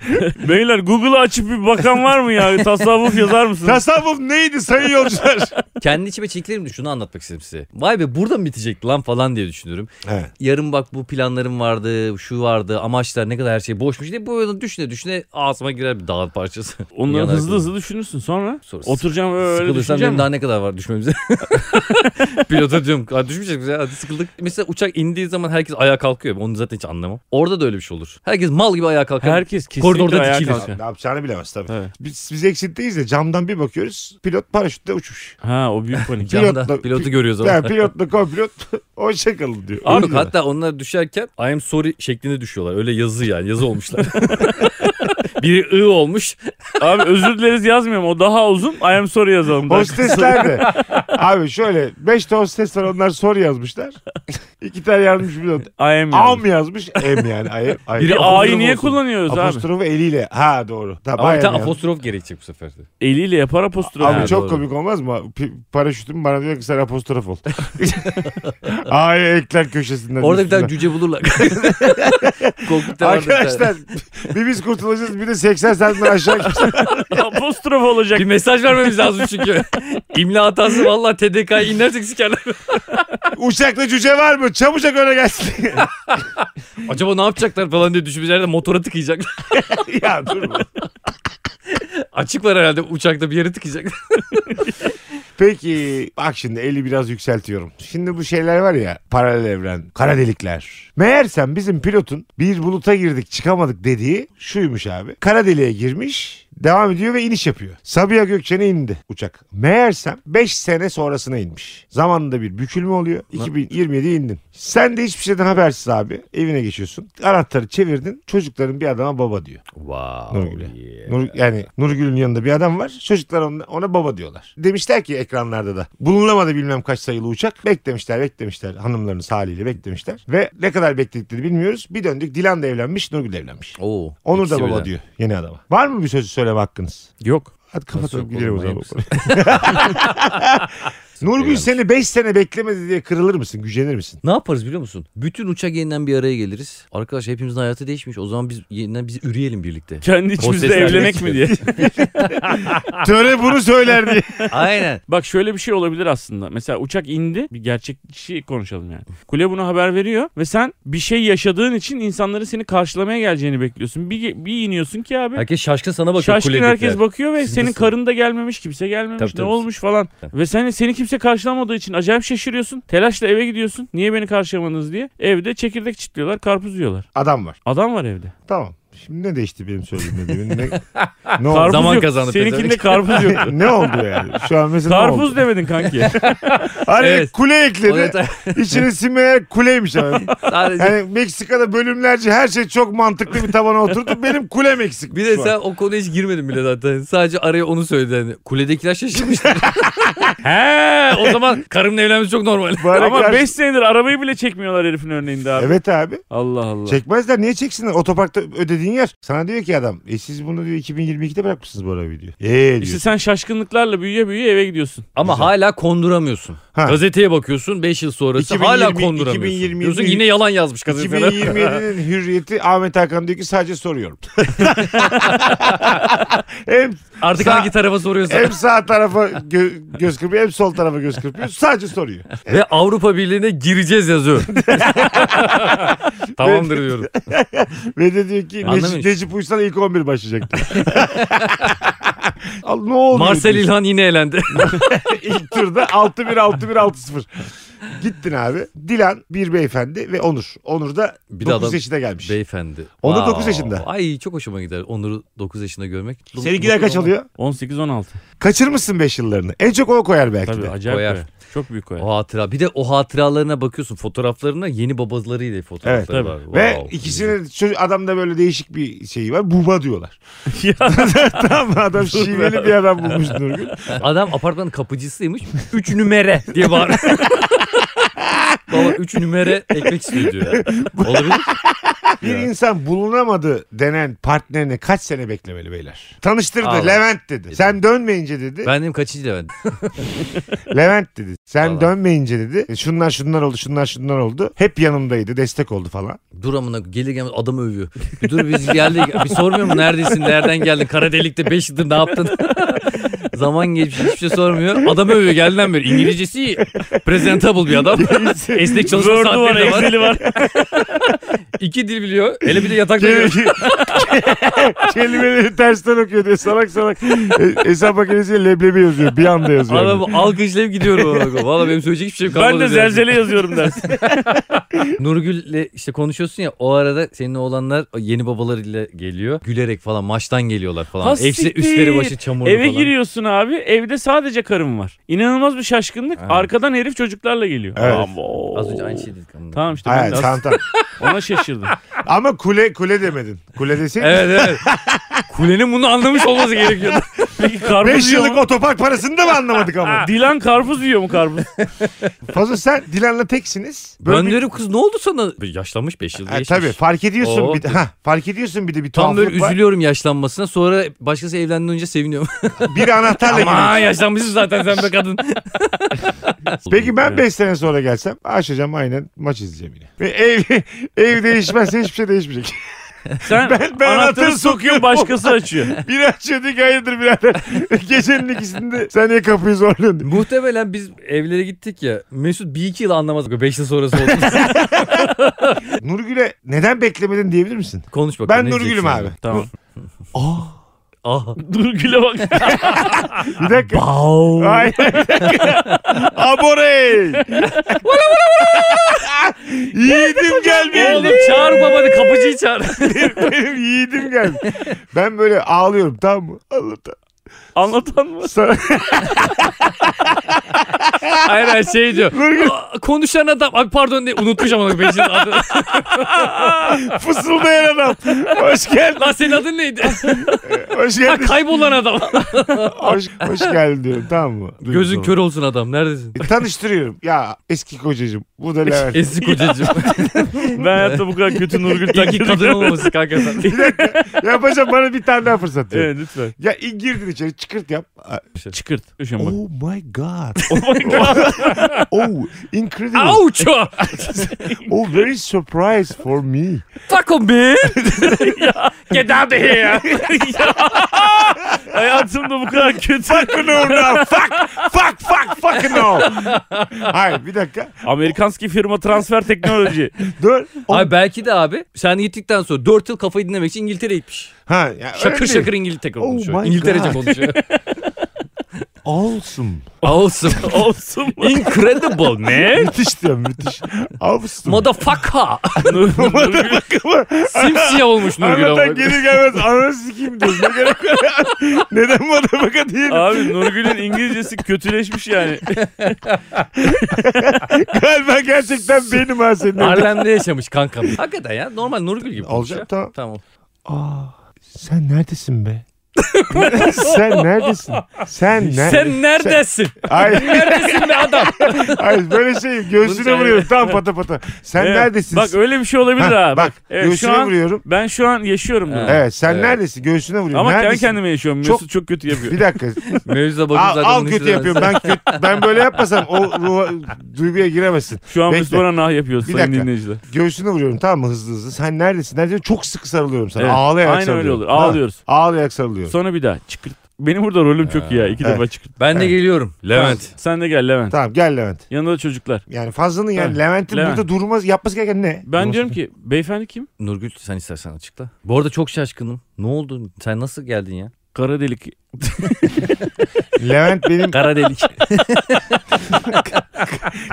[SPEAKER 2] Beyler Google'ı açıp bir bakan var mı ya? Tasavvuf yazar mısınız?
[SPEAKER 1] Tasavvuf neydi sayın yolcular?
[SPEAKER 3] Kendi içime çekilerim şunu anlatmak istedim size. Vay be burada mı bitecekti lan falan diye düşünüyorum.
[SPEAKER 1] evet.
[SPEAKER 3] Yarın bak bu planlarım vardı, şu vardı, amaçlar ne kadar her şey boşmuş diye böyle düşüne düşüne ağzıma girer bir dağ parçası.
[SPEAKER 2] Onları
[SPEAKER 3] Yanar
[SPEAKER 2] hızlı
[SPEAKER 3] kızım.
[SPEAKER 2] hızlı düşünürsün sonra.
[SPEAKER 3] Sonra sık-
[SPEAKER 2] Oturacağım öyle
[SPEAKER 3] Sıkılırsam benim
[SPEAKER 2] düşüneceğim.
[SPEAKER 3] daha ne kadar var düşmemize? Pilota diyorum "Hadi düşmeyecek miyiz ya hadi sıkıldık. Mesela uçak indiği zaman herkes ayağa kalkıyor. Onu zaten hiç anlamam. Orada da öyle bir şey olur. Herkes mal gibi ayağa kalkar.
[SPEAKER 2] Herkes
[SPEAKER 3] Koridorda
[SPEAKER 2] kesinlikle ayağa
[SPEAKER 3] dikilir.
[SPEAKER 2] kalkar.
[SPEAKER 1] Ne yapacağını bilemez tabii.
[SPEAKER 2] Evet.
[SPEAKER 1] Biz, biz eksiltteyiz de camdan bir bakıyoruz. Pilot paraşütle uçmuş.
[SPEAKER 2] Ha o büyük panik.
[SPEAKER 3] Camda
[SPEAKER 1] pilotla-
[SPEAKER 3] pilotu görüyoruz ama.
[SPEAKER 1] Ya pilotla kopilot hoşçakalın diyor.
[SPEAKER 3] Yok,
[SPEAKER 2] Abi-
[SPEAKER 3] hatta onlar düşerken I am sorry şeklinde düşüyorlar. Öyle yazı yani yazı olmuşlar. Biri I olmuş.
[SPEAKER 2] Abi özür dileriz yazmıyorum. O daha uzun. I am sorry yazalım. Bak.
[SPEAKER 1] Hostesler de. Abi şöyle 5 tane hostes var onlar soru yazmışlar. İki tane yazmış pilot.
[SPEAKER 2] I am yazmış.
[SPEAKER 1] Am yazmış. M yani. Ay, ay.
[SPEAKER 2] Biri
[SPEAKER 3] Apostrof
[SPEAKER 2] A'yı niye
[SPEAKER 3] olsun.
[SPEAKER 2] kullanıyoruz abi?
[SPEAKER 1] Apostrofu eliyle. Ha doğru. Tamam,
[SPEAKER 3] Ama bir
[SPEAKER 1] bayağı
[SPEAKER 3] tane
[SPEAKER 1] yani.
[SPEAKER 3] apostrof gerekecek bu sefer de.
[SPEAKER 2] Eliyle yapar apostrof.
[SPEAKER 1] Abi
[SPEAKER 3] Ha,
[SPEAKER 1] çok
[SPEAKER 3] doğru.
[SPEAKER 1] komik olmaz mı? Pi- paraşütüm bana diyor ki sen apostrof ol. Ay ekler köşesinden.
[SPEAKER 3] Orada bir
[SPEAKER 1] üstüne.
[SPEAKER 3] tane cüce bulurlar. Kokpite vardı bir tane.
[SPEAKER 1] Arkadaşlar bir biz kurtulacağız bir de 80 santimden aşağı gideceğiz.
[SPEAKER 2] apostrof olacak.
[SPEAKER 3] Bir mesaj vermemiz lazım çünkü. İmla hatası vallahi TDK 'yı inlersek sikerler.
[SPEAKER 1] Uçakta cüce var mı? Çabucak öne gelsin.
[SPEAKER 3] Acaba ne yapacaklar falan diye düşünmüşler de motora tıkayacaklar.
[SPEAKER 1] ya dur. bu.
[SPEAKER 3] Açık var herhalde uçakta bir yere tıkayacaklar.
[SPEAKER 1] Peki bak şimdi eli biraz yükseltiyorum. Şimdi bu şeyler var ya paralel evren, kara delikler. Meğersem bizim pilotun bir buluta girdik çıkamadık dediği şuymuş abi. Kara deliğe girmiş devam ediyor ve iniş yapıyor. Sabiha Gökçen'e indi uçak. Meğersem 5 sene sonrasına inmiş. Zamanında bir bükülme oluyor. 2027'ye indin. Sen de hiçbir şeyden habersiz abi. Evine geçiyorsun. Anahtarı çevirdin. Çocukların bir adama baba diyor.
[SPEAKER 3] Wow.
[SPEAKER 1] Nurgül'e. Nur, yani Nurgül'ün yanında bir adam var. Çocuklar ona, ona baba diyorlar. Demişler ki ekranlarda da. Bulunamadı bilmem kaç sayılı uçak. Beklemişler beklemişler. Hanımlarınız haliyle beklemişler. Ve ne kadar bekledikleri bilmiyoruz. Bir döndük Dilan da evlenmiş Nurgül de evlenmiş.
[SPEAKER 3] Oo,
[SPEAKER 1] Onur da
[SPEAKER 3] ikisi
[SPEAKER 1] baba
[SPEAKER 3] birden.
[SPEAKER 1] diyor yeni adama. Var mı bir sözü söyleme hakkınız?
[SPEAKER 2] Yok.
[SPEAKER 1] Hadi
[SPEAKER 3] Nasıl
[SPEAKER 1] kapatalım
[SPEAKER 3] yok
[SPEAKER 1] gidelim o
[SPEAKER 3] oğlum,
[SPEAKER 1] zaman.
[SPEAKER 3] manyak
[SPEAKER 1] Nurgül seni 5 sene beklemedi diye kırılır mısın? Gücenir misin?
[SPEAKER 3] Ne yaparız biliyor musun? Bütün uçak yeniden bir araya geliriz. Arkadaş hepimizin hayatı değişmiş. O zaman biz yeniden biz üreyelim birlikte.
[SPEAKER 2] Kendi içimizde
[SPEAKER 3] Hostesler
[SPEAKER 2] evlenek mi
[SPEAKER 3] çıkıyor.
[SPEAKER 2] diye.
[SPEAKER 1] Töre bunu söyler diye.
[SPEAKER 3] Aynen.
[SPEAKER 2] Bak şöyle bir şey olabilir aslında. Mesela uçak indi. Bir gerçekçi konuşalım yani. Kule buna haber veriyor ve sen bir şey yaşadığın için insanların seni karşılamaya geleceğini bekliyorsun. Bir, bir iniyorsun ki abi.
[SPEAKER 3] Herkes şaşkın sana bakıyor.
[SPEAKER 2] Şaşkın
[SPEAKER 3] kuledekiler.
[SPEAKER 2] herkes bakıyor ve
[SPEAKER 3] Siz
[SPEAKER 2] senin
[SPEAKER 3] nasıl?
[SPEAKER 2] karın da gelmemiş, kimse gelmemiş,
[SPEAKER 3] Tabii,
[SPEAKER 2] ne
[SPEAKER 3] tabii.
[SPEAKER 2] olmuş falan. Ve sen seni kimse karşılamadığı için acayip şaşırıyorsun. Telaşla eve gidiyorsun. Niye beni karşılamadınız diye. Evde çekirdek çitliyorlar, karpuz yiyorlar.
[SPEAKER 1] Adam var.
[SPEAKER 2] Adam var evde.
[SPEAKER 1] Tamam. Şimdi ne değişti benim söylediğimde? Benim ne, ne
[SPEAKER 2] Karpuz
[SPEAKER 1] oldu?
[SPEAKER 3] Zaman
[SPEAKER 2] yok.
[SPEAKER 3] kazandı
[SPEAKER 2] Seninkinde
[SPEAKER 3] pezevenk.
[SPEAKER 2] karpuz yoktu.
[SPEAKER 1] ne oldu yani? Şu an mesela ne oldu?
[SPEAKER 2] karpuz demedin kanki.
[SPEAKER 1] Hani
[SPEAKER 3] Evet.
[SPEAKER 1] kule ekledi.
[SPEAKER 3] Evet,
[SPEAKER 1] İçine simeye kuleymiş abi.
[SPEAKER 3] sadece-
[SPEAKER 1] Yani Meksika'da bölümlerce her şey çok mantıklı bir tabana oturdu. Benim kulem eksik.
[SPEAKER 3] bir de
[SPEAKER 1] şu an.
[SPEAKER 3] sen o konuya hiç girmedin bile zaten. Sadece araya onu söyledin. Yani Kuledekiler şaşırmıştır. He, o zaman karımla evlenmesi çok normal.
[SPEAKER 1] Bari
[SPEAKER 2] Ama
[SPEAKER 1] karşı-
[SPEAKER 2] 5 senedir arabayı bile çekmiyorlar herifin örneğinde abi.
[SPEAKER 1] Evet abi.
[SPEAKER 2] Allah Allah.
[SPEAKER 1] Çekmezler. Niye çeksinler? Otoparkta ödediğin yer. Sana diyor ki adam. E siz bunu diyor 2022'de bırakmışsınız bu arabayı diyor. Eee
[SPEAKER 2] İşte
[SPEAKER 1] "E," diyor.
[SPEAKER 2] sen şaşkınlıklarla büyüye büyüye eve gidiyorsun.
[SPEAKER 3] Ama hala konduramıyorsun.
[SPEAKER 1] Ha.
[SPEAKER 3] Gazeteye bakıyorsun 5 yıl sonrası
[SPEAKER 1] 2020
[SPEAKER 3] hala konduramıyorsun.
[SPEAKER 1] 2020
[SPEAKER 3] Diyorsun ki yine yalan yazmış gazete falan.
[SPEAKER 1] 2027'nin hürriyeti Ahmet Hakan diyor ki sadece soruyorum. hem,
[SPEAKER 3] Artık
[SPEAKER 1] Sa-
[SPEAKER 3] hangi tarafa soruyorsun.
[SPEAKER 1] hem sağ tarafa gö- göz kırpıyor hem sol tarafa göz kırpıyor. Sadece soruyor.
[SPEAKER 3] Ve Avrupa Birliği'ne gireceğiz yazıyor. Tamamdır diyorum.
[SPEAKER 1] Ve de diyor ki Necip,
[SPEAKER 3] Anlamıyorsun.
[SPEAKER 1] Necip Uysal ilk 11 başlayacaktı. Al, ne oldu?
[SPEAKER 3] Marcel İlhan yine elendi.
[SPEAKER 1] İlk turda 6-1 6-1 6-0. Gittin abi. Dilan bir beyefendi ve Onur. Onur da
[SPEAKER 3] Bir de
[SPEAKER 1] 9
[SPEAKER 3] adam-
[SPEAKER 1] yaşına gelmiş.
[SPEAKER 3] Beyefendi.
[SPEAKER 1] şey. Onur
[SPEAKER 3] Wow.
[SPEAKER 1] dokuz yaşında.
[SPEAKER 3] Ay çok hoşuma gider Onur'u 9 yaşında görmek.
[SPEAKER 1] Seninkiler kaç alıyor?
[SPEAKER 2] 18-16.
[SPEAKER 1] Kaçırmışsın 5 yıllarını. En çok o koyar belki
[SPEAKER 2] Tabii
[SPEAKER 1] de.
[SPEAKER 2] acayip
[SPEAKER 3] Koyar.
[SPEAKER 2] koyar. Çok büyük koyar.
[SPEAKER 3] O hatıra. Bir de o hatıralarına bakıyorsun fotoğraflarına yeni babalarıyla fotoğrafları
[SPEAKER 2] Evet,
[SPEAKER 3] var.
[SPEAKER 1] Ve
[SPEAKER 3] Wow.
[SPEAKER 1] ikisinin çocuk, adamda böyle değişik bir şeyi var. Buba diyorlar.
[SPEAKER 2] Ya.
[SPEAKER 1] tamam mı? Adam şiveli bir adam bulmuş Nurgül.
[SPEAKER 3] Adam apartmanın kapıcısıymış. 3 numere diye bağırıyor. Baba 3 numere ekmek istiyor diyor. Olabilir.
[SPEAKER 1] Bir insan bulunamadı denen partnerine kaç sene beklemeli beyler? Tanıştırdı
[SPEAKER 3] Allah.
[SPEAKER 1] Levent dedi. Sen dönmeyince dedi.
[SPEAKER 3] Ben dedim kaçıncı Levent?
[SPEAKER 1] Levent dedi. Sen
[SPEAKER 3] Allah.
[SPEAKER 1] dönmeyince dedi. "E, Şunlar şunlar oldu şunlar şunlar oldu. Hep yanımdaydı destek oldu falan.
[SPEAKER 3] Dur amına gelir gelmez adam övüyor. Bir dur biz geldik. Bir sormuyor mu neredesin? Nereden geldin? Kara delikte 5 yıldır ne yaptın? Zaman geçmiş hiçbir şey sormuyor. Adam övüyor gelden beri. İngilizcesi iyi. presentable bir adam. Esnek çalışma
[SPEAKER 2] Word'u var,
[SPEAKER 3] saatleri de var.
[SPEAKER 2] Excel'i var.
[SPEAKER 3] İki dil biliyor. Hele bir de yatakta
[SPEAKER 1] Kel-
[SPEAKER 3] yiyor.
[SPEAKER 1] Kelimeleri tersten okuyor diye salak salak E, hesap makinesiyle leblebi yazıyor. Bir anda yazıyor.
[SPEAKER 3] Adamı alkışlayıp gidiyorum. Valla benim söyleyecek hiçbir şeyim kalmadı.
[SPEAKER 2] ben de
[SPEAKER 3] yani.
[SPEAKER 2] zelzele yazıyorum ders.
[SPEAKER 3] Nurgül'le işte konuşuyorsun ya o arada senin oğlanlar yeni babalarıyla geliyor. Gülerek falan maçtan geliyorlar
[SPEAKER 2] Ha
[SPEAKER 3] falan. Hepsi
[SPEAKER 2] siktir.
[SPEAKER 3] üstleri başı çamurlu
[SPEAKER 2] Eve
[SPEAKER 3] falan.
[SPEAKER 2] giriyorsun abi. Evde sadece karım var. İnanılmaz bir şaşkınlık.
[SPEAKER 3] Evet.
[SPEAKER 2] Arkadan herif çocuklarla geliyor.
[SPEAKER 1] Evet.
[SPEAKER 2] Abo.
[SPEAKER 3] Az önce aynı şey dedik. ama.
[SPEAKER 2] Tamam işte ben
[SPEAKER 1] Hayır,
[SPEAKER 2] de az-
[SPEAKER 1] tamam, tamam.
[SPEAKER 2] ona şaşırdım.
[SPEAKER 1] Ama kule kule demedin. Kule deseydin.
[SPEAKER 3] Evet evet. Kulenin bunu anlamış olması gerekiyordu.
[SPEAKER 2] Peki karpuz
[SPEAKER 1] 5
[SPEAKER 2] yiyor
[SPEAKER 1] yıllık
[SPEAKER 2] mu?
[SPEAKER 1] otopark parasını da mı anlamadık ama?
[SPEAKER 2] Dilan karpuz yiyor mu karpuz?
[SPEAKER 1] Fazla sen Dilan'la teksiniz.
[SPEAKER 3] ben
[SPEAKER 1] bir-
[SPEAKER 3] diyorum kız ne oldu sana? Yaşlanmış 5 yıl
[SPEAKER 1] Ha,
[SPEAKER 3] geçmiş.
[SPEAKER 1] E, tabii fark ediyorsun
[SPEAKER 3] Oo.
[SPEAKER 1] bir de. Ha, fark ediyorsun bir de bir
[SPEAKER 3] Tam
[SPEAKER 1] tuhaflık
[SPEAKER 3] böyle
[SPEAKER 1] var.
[SPEAKER 3] üzülüyorum yaşlanmasına sonra başkası evlendiğinden önce seviniyorum.
[SPEAKER 1] Bir anahtarla giriyorsun.
[SPEAKER 3] Ama yaşlanmışsın zaten sen be kadın.
[SPEAKER 1] Peki ben
[SPEAKER 2] Evet.
[SPEAKER 1] 5 sene sonra gelsem açacağım aynen maç izleyeceğim yine. Ve ev, ev değişmezse hiçbir şey değişmeyecek.
[SPEAKER 2] Sen
[SPEAKER 1] Ben- ben anahtarı
[SPEAKER 2] anahtarı
[SPEAKER 1] sokuyorum.
[SPEAKER 2] sokuyor başkası açıyor.
[SPEAKER 1] Biri açıyor diyor ki hayırdır birader. Gecenin ikisinde sen niye kapıyı zorluyorsun diyor.
[SPEAKER 3] Muhtemelen biz evlere gittik ya. Mesut bir iki yıl anlamaz. 5 yıl sonrası oldu.
[SPEAKER 1] Nurgül'e neden beklemedin diyebilir misin?
[SPEAKER 3] Konuş bakalım.
[SPEAKER 1] Ben
[SPEAKER 3] ne
[SPEAKER 1] Nurgül'üm
[SPEAKER 3] diyeceksin
[SPEAKER 1] abi.
[SPEAKER 2] Tamam.
[SPEAKER 3] Ah.
[SPEAKER 2] Dur güle bak.
[SPEAKER 1] Bir dakika. Hayır. bir dakika. Abore. Yiğidim
[SPEAKER 3] Oğlum
[SPEAKER 1] gelmedi.
[SPEAKER 3] çağır babanı kapıcıyı çağır.
[SPEAKER 1] Benim yiğidim gelmedi. Ben böyle ağlıyorum tamam mı? Allah'tan.
[SPEAKER 2] Anlatan mı?
[SPEAKER 1] Sana...
[SPEAKER 3] Hayır hayır şey diyor.
[SPEAKER 1] Nurgül
[SPEAKER 3] "Aa, Konuşan adam. Abi pardon diye unutmuşum onu. Beşin adını.
[SPEAKER 1] fısıldayan adam. Hoş geldin.
[SPEAKER 3] Lan senin adın neydi?
[SPEAKER 1] Hoş
[SPEAKER 3] Ha,
[SPEAKER 1] geldin.
[SPEAKER 3] kaybolan adam.
[SPEAKER 1] Hoş, hoş geldin diyorum tamam mı? Duydum
[SPEAKER 3] Gözün
[SPEAKER 1] sonra.
[SPEAKER 3] kör olsun adam. Neredesin?
[SPEAKER 1] E, tanıştırıyorum. Ya eski kocacığım. Bu da Levent.
[SPEAKER 3] Eski kocacığım.
[SPEAKER 2] Ben hayatta bu kadar kötü Nurgül
[SPEAKER 3] İlk
[SPEAKER 2] takip
[SPEAKER 3] kadın olması kanka sen.
[SPEAKER 1] bir dakika. Yapacağım bana bir tane daha fırsat diyor.
[SPEAKER 2] Evet lütfen.
[SPEAKER 1] Ya in- girdin içeri çıkırt yap.
[SPEAKER 2] Çıkırt. Düşün bak.
[SPEAKER 1] Oh my god. Oh my god. oh incredible.
[SPEAKER 3] Ouch!
[SPEAKER 1] Oh very surprise for me.
[SPEAKER 3] Taco man!
[SPEAKER 2] Get out of here. Hayatımda bu kadar kötü.
[SPEAKER 1] Fuck no no. Fuck. Fuck fuck fuck no. Hayır bir dakika.
[SPEAKER 2] Amerikanski firma transfer teknoloji.
[SPEAKER 1] Dur. Oh,
[SPEAKER 3] Abi belki de abi sen gittikten sonra 4 yıl kafayı dinlemek için İngiltere'ye gitmiş.
[SPEAKER 1] ha, ya öyle
[SPEAKER 3] Şakır
[SPEAKER 1] değil.
[SPEAKER 3] şakır İngiltere konuşuyor.
[SPEAKER 1] my
[SPEAKER 3] İngilterece
[SPEAKER 1] God.
[SPEAKER 3] konuşuyor.
[SPEAKER 1] Awesome.
[SPEAKER 3] Awesome.
[SPEAKER 2] Olsun mu?
[SPEAKER 3] Incredible man.
[SPEAKER 1] müthiş diyor müthiş. Awesome.
[SPEAKER 3] Motherfucker.
[SPEAKER 2] Nurgül-
[SPEAKER 3] Simsiyah olmuş Nurgül
[SPEAKER 1] Anlatan
[SPEAKER 3] ama.
[SPEAKER 1] gelir gelmez ananı sikeyim diyor. Ne gerek var? Neden motherfucker diyelim?
[SPEAKER 2] Abi Nurgül'ün İngilizcesi kötüleşmiş yani.
[SPEAKER 1] Galiba gerçekten benim ha senin.
[SPEAKER 3] Harlem'de yaşamış kankam. Hakikaten ya normal Nurgül gibi. konuşuyor.
[SPEAKER 1] Olacak tamam.
[SPEAKER 3] Tamam.
[SPEAKER 1] Aa, sen neredesin be? sen neredesin? Sen ne?
[SPEAKER 3] Sen neredesin?
[SPEAKER 1] Ay,
[SPEAKER 3] neredesin be adam?
[SPEAKER 1] ay böyle şey göğsüne
[SPEAKER 3] Bunu
[SPEAKER 1] vuruyorum tam pata pata. Sen
[SPEAKER 2] Evet.
[SPEAKER 1] neredesin?
[SPEAKER 2] Bak öyle bir şey olabilir
[SPEAKER 1] Ha,
[SPEAKER 2] ha.
[SPEAKER 1] Bak
[SPEAKER 2] Evet, şu
[SPEAKER 1] göğsüne
[SPEAKER 2] an-
[SPEAKER 1] vuruyorum.
[SPEAKER 2] Ben şu an yaşıyorum bunu.
[SPEAKER 3] Evet.
[SPEAKER 1] Evet sen
[SPEAKER 3] Evet.
[SPEAKER 1] neredesin? Göğsüne vuruyorum.
[SPEAKER 2] Ama kendi
[SPEAKER 1] neredesin?
[SPEAKER 2] kendime yaşıyorum.
[SPEAKER 1] Çok-
[SPEAKER 2] Mesut çok, kötü yapıyor.
[SPEAKER 1] Bir dakika.
[SPEAKER 3] Mevzuda bakıp
[SPEAKER 1] al,
[SPEAKER 3] zaten
[SPEAKER 1] al
[SPEAKER 3] bunu
[SPEAKER 1] kötü
[SPEAKER 3] hissedemezsin.
[SPEAKER 1] yapıyorum. Ben kötü, ben böyle yapmasam o ruha, duyguya giremezsin.
[SPEAKER 2] Şu an
[SPEAKER 1] Bekle.
[SPEAKER 2] Mesut bana nah yapıyor sayın
[SPEAKER 1] dakika.
[SPEAKER 2] dinleyiciler.
[SPEAKER 1] Göğsüne vuruyorum tamam mı hızlı hızlı. Sen neredesin? Neredesin? Çok sıkı sarılıyorum sana.
[SPEAKER 2] Evet.
[SPEAKER 1] Ağlayarak
[SPEAKER 2] Aynen öyle
[SPEAKER 1] sarılıyorum.
[SPEAKER 2] olur.
[SPEAKER 1] Tamam.
[SPEAKER 2] Ağlıyoruz.
[SPEAKER 1] Ağlayarak sarılıyorum.
[SPEAKER 2] Sonra bir daha çıkırt. Benim burada rolüm çok iyi ya. İki
[SPEAKER 1] Evet.
[SPEAKER 2] defa çıkırt.
[SPEAKER 3] Ben de
[SPEAKER 1] Evet.
[SPEAKER 3] geliyorum. Levent.
[SPEAKER 2] Sen de gel Levent.
[SPEAKER 1] Tamam gel Levent.
[SPEAKER 2] Yanında da çocuklar.
[SPEAKER 1] Yani fazlanın yani
[SPEAKER 2] Evet.
[SPEAKER 1] Levent'in
[SPEAKER 2] Levent.
[SPEAKER 1] burada durmaz yapması gereken ne?
[SPEAKER 2] Ben
[SPEAKER 1] Durması-
[SPEAKER 2] diyorum ki beyefendi kim?
[SPEAKER 3] Nurgül sen istersen açıkla. Bu arada çok şaşkınım. Ne oldu? Sen nasıl geldin ya?
[SPEAKER 2] Kara delik.
[SPEAKER 1] Levent benim
[SPEAKER 3] Kara delik.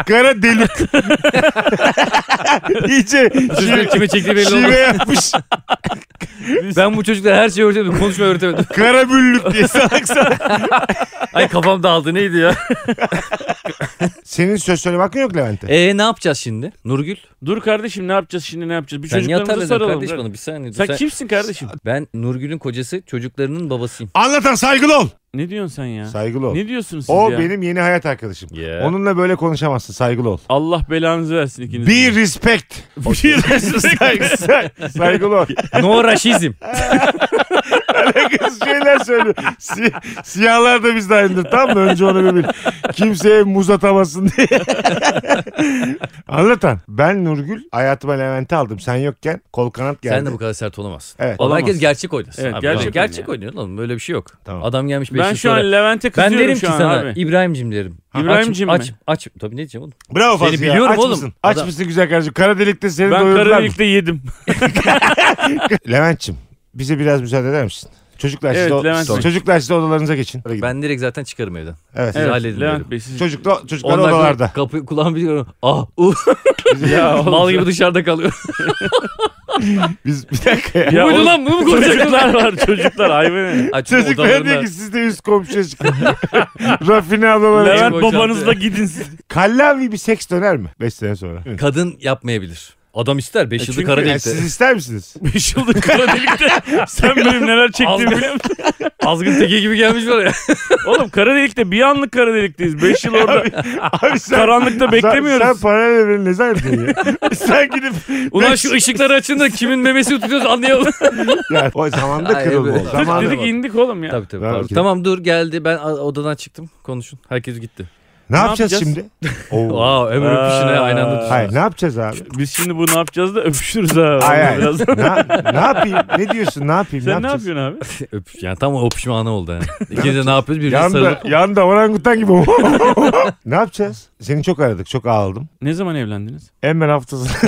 [SPEAKER 1] kara delik. İyice şive,
[SPEAKER 3] Kime çektiği belli oldu.
[SPEAKER 1] şive yapmış.
[SPEAKER 3] Ben bu çocuklara her şeyi öğretemedim. Konuşmayı öğretemedim.
[SPEAKER 1] Kara büllük diye salak salak.
[SPEAKER 3] Ay kafam dağıldı neydi ya?
[SPEAKER 1] Senin söz söyleme hakkın yok Levent'e.
[SPEAKER 2] E-
[SPEAKER 3] Eee ne yapacağız şimdi? Nurgül.
[SPEAKER 2] Dur kardeşim ne yapacağız şimdi ne yapacağız? Bir
[SPEAKER 3] Sen niye atar
[SPEAKER 2] çocuklarımıza
[SPEAKER 3] dedin
[SPEAKER 2] sarılalım.
[SPEAKER 3] kardeş bana bir saniye. dur.
[SPEAKER 2] Sen
[SPEAKER 3] Sen-
[SPEAKER 2] kimsin kardeşim?
[SPEAKER 3] Ben Nurgül'ün kocası çocuklarının babasıyım.
[SPEAKER 1] Anlatan saygılı ol.
[SPEAKER 2] Ne diyorsun sen ya?
[SPEAKER 1] Saygılı ol.
[SPEAKER 2] Ne diyorsunuz siz
[SPEAKER 1] O
[SPEAKER 2] ya?
[SPEAKER 1] benim yeni hayat arkadaşım.
[SPEAKER 3] Yeah.
[SPEAKER 1] Onunla böyle konuşamazsın. Saygılı ol.
[SPEAKER 2] Allah belanızı versin ikiniz.
[SPEAKER 1] Be respect.
[SPEAKER 2] Bir
[SPEAKER 1] Saygı- saygı- saygılı ol.
[SPEAKER 3] No raşizm.
[SPEAKER 1] Kız şeyler söylüyor. Si- siyahlar da biz de aynıdır. Tam mı? Önce onu bir bil. Kimseye muz atamasın diye. Anlatan. Ben Nurgül hayatıma Levent'i aldım. Sen yokken kol kanat geldi.
[SPEAKER 3] Sen de bu kadar sert olamazsın.
[SPEAKER 1] Evet.
[SPEAKER 3] Oğlum herkes
[SPEAKER 2] Olamazsın.
[SPEAKER 3] gerçek oynasın.
[SPEAKER 2] Evet,
[SPEAKER 3] Abi,
[SPEAKER 2] gerçek
[SPEAKER 3] gerçek,
[SPEAKER 2] oynuyor.
[SPEAKER 3] gerçek oynuyor oğlum. Böyle bir şey yok.
[SPEAKER 1] Tamam.
[SPEAKER 3] Adam gelmiş 5
[SPEAKER 2] ben
[SPEAKER 3] yıl
[SPEAKER 2] şu
[SPEAKER 3] sonra.
[SPEAKER 2] an Levent'e
[SPEAKER 3] Ben
[SPEAKER 2] kızıyorum
[SPEAKER 3] derim ki
[SPEAKER 2] şu an
[SPEAKER 3] sana
[SPEAKER 2] abi.
[SPEAKER 3] İbrahim'cim derim.
[SPEAKER 2] İbrahim'cim
[SPEAKER 3] aç,
[SPEAKER 2] mi?
[SPEAKER 3] Aç, aç. Tabii ne diyeceğim oğlum.
[SPEAKER 1] Bravo
[SPEAKER 3] Seni
[SPEAKER 1] Fazlı ya.
[SPEAKER 3] biliyorum
[SPEAKER 1] Aç
[SPEAKER 3] oğlum.
[SPEAKER 1] Mısın? Aç
[SPEAKER 3] Adam-
[SPEAKER 1] mısın güzel kardeşim? Kara delikte seni
[SPEAKER 2] Ben
[SPEAKER 1] doyurdular. mı?
[SPEAKER 2] Karadelik'te yedim.
[SPEAKER 1] Levent'ciğim bize biraz müsaade eder misin? Çocuklar siz,
[SPEAKER 2] Evet,
[SPEAKER 1] o-
[SPEAKER 2] Levent'ciğim.
[SPEAKER 1] çocuklar siz odalarınıza geçin. Hadi gidin.
[SPEAKER 3] Ben direkt zaten çıkarım evden.
[SPEAKER 1] Evet.
[SPEAKER 2] Evet,
[SPEAKER 3] halledin
[SPEAKER 2] Levent
[SPEAKER 3] derim.
[SPEAKER 2] Bey siz...
[SPEAKER 1] Çocukla, çocuklar
[SPEAKER 3] 10 dakika
[SPEAKER 1] odalarda.
[SPEAKER 3] Kapıyı kulağımı biliyorum. Ah uh.
[SPEAKER 2] Ya oğlum
[SPEAKER 3] Mal
[SPEAKER 2] sen-
[SPEAKER 3] gibi dışarıda kalıyor.
[SPEAKER 1] Biz bir dakika ya.
[SPEAKER 2] Ya
[SPEAKER 3] Buydu
[SPEAKER 2] oğlum,
[SPEAKER 3] lan bu mu konuşacak?
[SPEAKER 2] Çocuklar var çocuklar hayvan.
[SPEAKER 3] Ay, çünkü
[SPEAKER 1] Çocuklar diyor
[SPEAKER 3] odalarında-
[SPEAKER 1] ki siz de üst komşuya çıkın. Rafine ablalara.
[SPEAKER 2] Levent
[SPEAKER 3] boşaltı.
[SPEAKER 2] babanızla gidin siz.
[SPEAKER 1] Kallavi bir seks döner mi? 5 sene sonra.
[SPEAKER 3] Kadın yapmayabilir. Adam ister
[SPEAKER 2] E
[SPEAKER 3] 5 yıldır
[SPEAKER 1] Çünkü
[SPEAKER 3] kara
[SPEAKER 1] yani
[SPEAKER 3] delikte.
[SPEAKER 1] siz ister misiniz?
[SPEAKER 2] 5 yıldır Karadelik'te sen benim neler çektiğimi
[SPEAKER 3] Aldım.
[SPEAKER 2] biliyor musun?
[SPEAKER 3] Azgın teke gibi gelmiş oraya.
[SPEAKER 2] Oğlum Karadelik'te bir anlık Karadelik'teyiz. 5 yıl orada
[SPEAKER 1] Abi sen,
[SPEAKER 2] karanlıkta beklemiyoruz.
[SPEAKER 1] Sen, sen paralel evreni ne zannediyorsun ya? sen gidip...
[SPEAKER 3] Ulan şu ışıkları açın da kimin memesini tutuyoruz anlayalım.
[SPEAKER 1] Ya, o zamanda
[SPEAKER 3] Hayır,
[SPEAKER 1] kırılma
[SPEAKER 3] böyle.
[SPEAKER 1] oldu.
[SPEAKER 2] Türk
[SPEAKER 1] Zamanda
[SPEAKER 2] dedik
[SPEAKER 1] bak.
[SPEAKER 2] indik oğlum ya.
[SPEAKER 3] tabii tabii.
[SPEAKER 1] Ben-
[SPEAKER 3] pardon. Tamam dur geldi ben a- odadan çıktım konuşun. Herkes gitti.
[SPEAKER 1] Ne, yapacağız,
[SPEAKER 2] yapacağız?
[SPEAKER 1] şimdi? Oo.
[SPEAKER 3] Aa ömür
[SPEAKER 2] Aa.
[SPEAKER 3] öpüşüne aynı anda tutuşuyoruz.
[SPEAKER 1] Hayır ne yapacağız abi?
[SPEAKER 2] Biz şimdi bu ne yapacağız da öpüşürüz ha.
[SPEAKER 1] Hayır hayır.
[SPEAKER 2] Biraz-
[SPEAKER 1] ne, ne yapayım? Ne diyorsun? Ne yapayım?
[SPEAKER 2] Sen ne
[SPEAKER 1] yapacağız?
[SPEAKER 2] yapıyorsun abi?
[SPEAKER 3] Öpüş, yani tam o öpüşme anı oldu. Yani. İkiniz de ne yapıyoruz? Birbirine
[SPEAKER 1] Yanda,
[SPEAKER 3] sarılıp.
[SPEAKER 1] yanda orangutan gibi. ne yapacağız? Seni çok aradık. Çok ağladım.
[SPEAKER 2] Ne zaman evlendiniz?
[SPEAKER 1] Hemen haftası.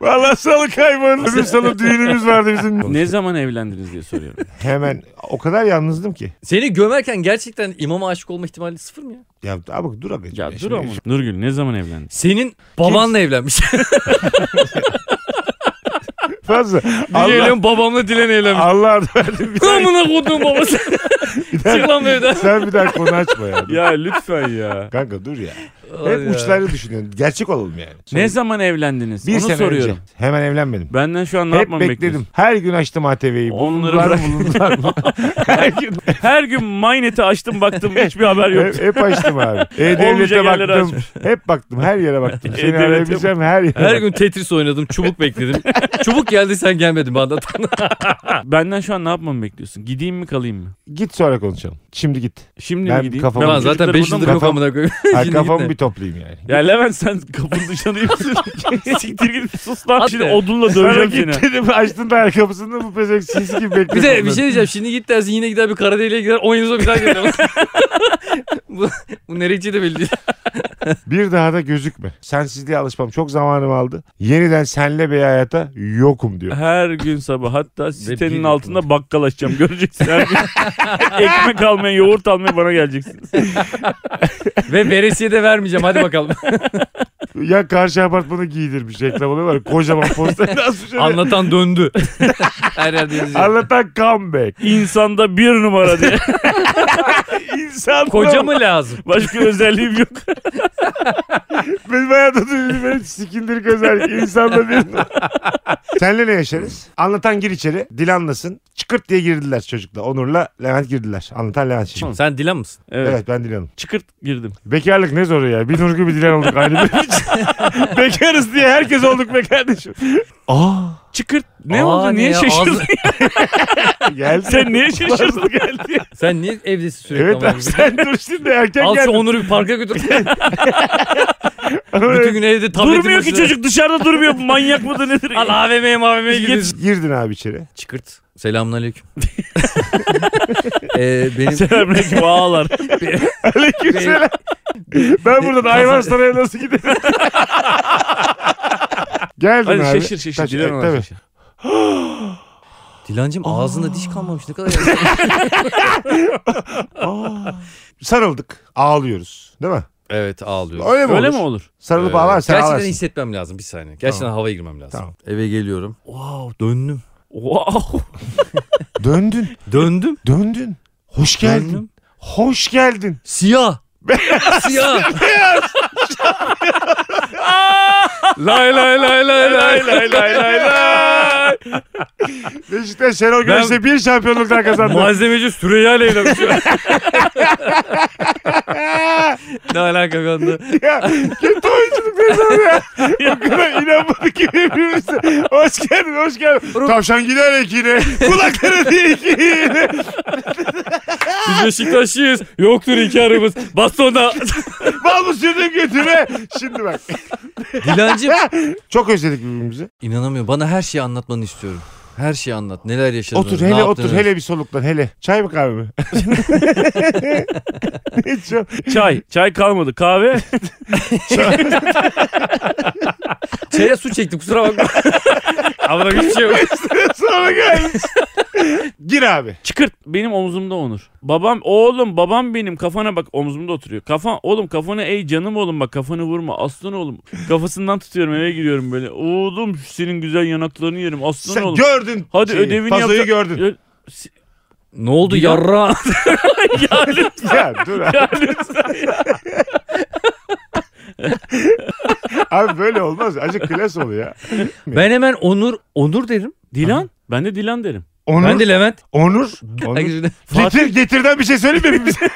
[SPEAKER 1] Valla salı kayboldu. Öbür salı düğünümüz vardı bizim.
[SPEAKER 2] Ne zaman evlendiniz diye soruyorum.
[SPEAKER 1] Hemen o kadar yalnızdım ki.
[SPEAKER 3] Seni gömerken gerçekten imama aşık olma ihtimali sıfır mı ya?
[SPEAKER 1] Ya abi dur abi.
[SPEAKER 2] Ya dur
[SPEAKER 1] Şimdi-
[SPEAKER 2] ama. Nurgül ne zaman evlendiniz?
[SPEAKER 3] Senin babanla evlenmiş.
[SPEAKER 1] Fazla. Allah,
[SPEAKER 3] Dileyelim babamla Dilen evlenmiş.
[SPEAKER 1] Allah adı verdi. Bir daha,
[SPEAKER 3] Amına koduğum babası.
[SPEAKER 1] bir
[SPEAKER 3] Çık
[SPEAKER 1] daha,
[SPEAKER 3] lan bu evden.
[SPEAKER 1] sen bir daha konu açma ya.
[SPEAKER 2] Ya lütfen ya.
[SPEAKER 1] Kanka dur ya.
[SPEAKER 3] Ay ya.
[SPEAKER 1] Hep uçları düşünüyorsun. Gerçek olalım yani.
[SPEAKER 2] Ne zaman evlendiniz?
[SPEAKER 1] Bir
[SPEAKER 2] Onu
[SPEAKER 1] sene
[SPEAKER 2] soruyorum.
[SPEAKER 1] önce. Hemen evlenmedim.
[SPEAKER 2] Benden şu an ne
[SPEAKER 1] Hep
[SPEAKER 2] yapmamı
[SPEAKER 1] bekledim.
[SPEAKER 2] bekliyorsun?
[SPEAKER 1] Her gün açtım ATV'yi.
[SPEAKER 2] Onları
[SPEAKER 1] Bulundular
[SPEAKER 2] bırak.
[SPEAKER 1] bulundular mı? Her gün
[SPEAKER 2] Her gün Mynet'i açtım baktım hiçbir haber yok.
[SPEAKER 1] hep, hep açtım abi. E-Devlet'e
[SPEAKER 2] Olmayacak yerlere
[SPEAKER 1] baktım. Hep baktım. Her yere baktım. Seni
[SPEAKER 2] E-Devlet'e
[SPEAKER 1] arayabileceğim her yere
[SPEAKER 3] Her
[SPEAKER 1] baktım.
[SPEAKER 3] gün Tetris oynadım, çubuk bekledim. çubuk geldi sen gelmedin bana.
[SPEAKER 2] Benden şu an ne yapmamı bekliyorsun? Gideyim mi kalayım mı?
[SPEAKER 1] Git sonra konuşalım. Şimdi git.
[SPEAKER 2] Şimdi
[SPEAKER 1] Ben
[SPEAKER 2] mi gideyim?
[SPEAKER 1] kafamı-
[SPEAKER 3] Ben
[SPEAKER 1] Tamam,
[SPEAKER 3] zaten 5 yıldır
[SPEAKER 2] yok.
[SPEAKER 3] yok
[SPEAKER 1] kafam-
[SPEAKER 3] amına koyayım.
[SPEAKER 1] Ha,
[SPEAKER 3] Şimdi
[SPEAKER 1] kafamı
[SPEAKER 3] gitme.
[SPEAKER 1] bir toplayayım yani.
[SPEAKER 2] Ya Levent sen kapının dışına değil misin? Siktir git sus lan.
[SPEAKER 3] At
[SPEAKER 2] Şimdi
[SPEAKER 3] be.
[SPEAKER 2] odunla
[SPEAKER 1] Sonra
[SPEAKER 2] döveceğim
[SPEAKER 1] git
[SPEAKER 2] seni.
[SPEAKER 1] dedim açtın da ayakkabısını bu pezek sinsi gibi bekliyor.
[SPEAKER 3] Bir de bir şey diyeceğim. Şimdi git dersin yine gider bir Karadeli'ye gider 10 yıl sonra bir daha gelir. bu, bu nereci de belli değil.
[SPEAKER 1] Bir daha da gözükme. Sensizliğe alışmam çok zamanım aldı. Yeniden senle bir hayata yokum diyor.
[SPEAKER 2] Her gün sabah hatta sitenin
[SPEAKER 3] bir-
[SPEAKER 2] altında bakkal açacağım göreceksin her gün. Ekmek almaya yoğurt almaya bana geleceksiniz.
[SPEAKER 3] Ve veresiye de vermeyeceğim. Hadi bakalım.
[SPEAKER 1] Ya karşı apartmanı giydirmiş reklam oluyor var. ya, Kocaman poster nasıl şöyle.
[SPEAKER 3] Anlatan döndü. Her yerde yazıyor.
[SPEAKER 1] Anlatan comeback.
[SPEAKER 2] İnsanda bir numara diye.
[SPEAKER 1] İnsan
[SPEAKER 3] Koca mı lazım?
[SPEAKER 2] Başka özelliğim yok.
[SPEAKER 1] Benim hayatımda bir- benim sikindirik özellik. İnsanla bir Senle ne yaşarız? Anlatan gir içeri. Dil anlasın. Çıkırt diye girdiler çocukla. Onur'la Levent girdiler. Anlatan Levent şimdi.
[SPEAKER 3] Sen Dilan mısın?
[SPEAKER 2] Evet.
[SPEAKER 1] Evet. ben Dilan'ım.
[SPEAKER 2] Çıkırt girdim.
[SPEAKER 1] Bekarlık ne zoru ya. Bir Nurgül bir Dilan olduk aynı bir. Bekarız diye herkes olduk be kardeşim. Aa.
[SPEAKER 2] Çıkırt ne
[SPEAKER 3] Aa,
[SPEAKER 2] oldu?
[SPEAKER 3] ne
[SPEAKER 2] Niye
[SPEAKER 3] ya?
[SPEAKER 2] şaşırdın?
[SPEAKER 3] Ağzı-
[SPEAKER 1] Geldi.
[SPEAKER 2] Sen niye şaşırdın?
[SPEAKER 1] geldi.
[SPEAKER 3] Sen niye evdesin sürekli?
[SPEAKER 1] Evet
[SPEAKER 3] amına
[SPEAKER 1] abi
[SPEAKER 3] koyayım?
[SPEAKER 1] sen dur şimdi erken
[SPEAKER 3] Al şu
[SPEAKER 1] geldin.
[SPEAKER 3] Onur'u bir parka götür. Bütün gün evde tabletin
[SPEAKER 2] Durmuyor ki
[SPEAKER 3] başında.
[SPEAKER 2] çocuk dışarıda durmuyor. Bu Manyak mıdır nedir?
[SPEAKER 3] Al AVM'ye AVM'ye
[SPEAKER 2] Git.
[SPEAKER 3] gidiyorsun.
[SPEAKER 1] Girdin abi içeri.
[SPEAKER 3] Çıkırt. Selamun aleyküm. ee, benim,
[SPEAKER 2] Selamünaleyküm ağalar.
[SPEAKER 1] Aleykümselam. ben buradan hayvan saraya nasıl giderim? Geldin
[SPEAKER 2] Hadi
[SPEAKER 1] abi.
[SPEAKER 2] şaşır şaşır.
[SPEAKER 1] Taş- e,
[SPEAKER 2] Dilan ona
[SPEAKER 1] tabii.
[SPEAKER 2] şaşır.
[SPEAKER 3] Dilancım ağzında diş kalmamış ne kadar yazık.
[SPEAKER 1] Sarıldık. Ağlıyoruz. Değil mi?
[SPEAKER 3] Evet ağlıyor.
[SPEAKER 1] Öyle mi
[SPEAKER 2] Öyle mi
[SPEAKER 1] olur?
[SPEAKER 2] olur?
[SPEAKER 1] Sarılıp
[SPEAKER 3] Ee,
[SPEAKER 1] ağlar sen
[SPEAKER 3] Gerçekten
[SPEAKER 1] ağlarsın.
[SPEAKER 3] hissetmem lazım bir saniye. Gerçekten
[SPEAKER 1] Tamam.
[SPEAKER 3] havaya girmem lazım.
[SPEAKER 1] Tamam.
[SPEAKER 3] Eve geliyorum. Wow döndüm.
[SPEAKER 2] Wow.
[SPEAKER 1] Döndün.
[SPEAKER 3] Döndüm.
[SPEAKER 1] Döndün. Hoş geldin.
[SPEAKER 3] Döndüm.
[SPEAKER 1] Hoş geldin.
[SPEAKER 3] Siyah. Siyah. lay lay lay lay lay lay lay lay.
[SPEAKER 1] Beşiktaş Şenol Güneş'le bir şampiyonluktan kazandı.
[SPEAKER 2] Malzemeci Süreyya ile bir şey.
[SPEAKER 3] ne alaka bir anda?
[SPEAKER 1] ya kötü oyunculuk ne zaman ya? O kadar inanmadık ki birbirimize. Hoş geldin hoş geldin. Tavşan gider ekine. Kulakları diye ekine.
[SPEAKER 2] Biz Beşiktaşlıyız. Yoktur iki aramız. Bastonda.
[SPEAKER 1] Bal mı sürdün götüme? Şimdi bak.
[SPEAKER 3] Dilancım.
[SPEAKER 1] Çok özledik birbirimizi.
[SPEAKER 3] İnanamıyorum. Bana her şeyi anlatmanı istiyorum. Her şeyi anlat. Neler yaşadınız?
[SPEAKER 1] Otur
[SPEAKER 3] ne
[SPEAKER 1] hele otur
[SPEAKER 3] yaptınız?
[SPEAKER 1] hele bir soluklan hele. Çay mı kahve mi? Ne çok-
[SPEAKER 2] Çay. Çay kalmadı. Kahve.
[SPEAKER 3] Çaya su çektim kusura bakma.
[SPEAKER 2] Ama bir şey yok.
[SPEAKER 1] Sonra gelmiş. Gir abi.
[SPEAKER 2] Çıkırt. Benim omzumda Onur. Babam oğlum babam benim kafana bak omzumda oturuyor. Kafa oğlum kafanı ey canım oğlum bak kafanı vurma aslan oğlum. Kafasından tutuyorum eve giriyorum böyle. Oğlum senin güzel yanaklarını yerim aslan
[SPEAKER 1] Sen
[SPEAKER 2] oğlum.
[SPEAKER 1] gördün.
[SPEAKER 2] Hadi ödevini
[SPEAKER 1] Fazlayı
[SPEAKER 2] yapsa-
[SPEAKER 1] gördün.
[SPEAKER 2] Ö-
[SPEAKER 3] ne oldu
[SPEAKER 2] Ya-
[SPEAKER 3] yarra?
[SPEAKER 2] ya lütfen
[SPEAKER 1] ya dur abi.
[SPEAKER 2] ya lütfen.
[SPEAKER 1] abi böyle olmaz. Acık klas oluyor ya.
[SPEAKER 3] ben hemen Onur Onur derim.
[SPEAKER 2] Dilan. Ben de Dilan derim.
[SPEAKER 1] Onur.
[SPEAKER 3] Ben de Levent.
[SPEAKER 1] Onur. Onur.
[SPEAKER 3] Herkes-
[SPEAKER 1] Getir, getirden bir şey söyleyeyim mi? birbirimize?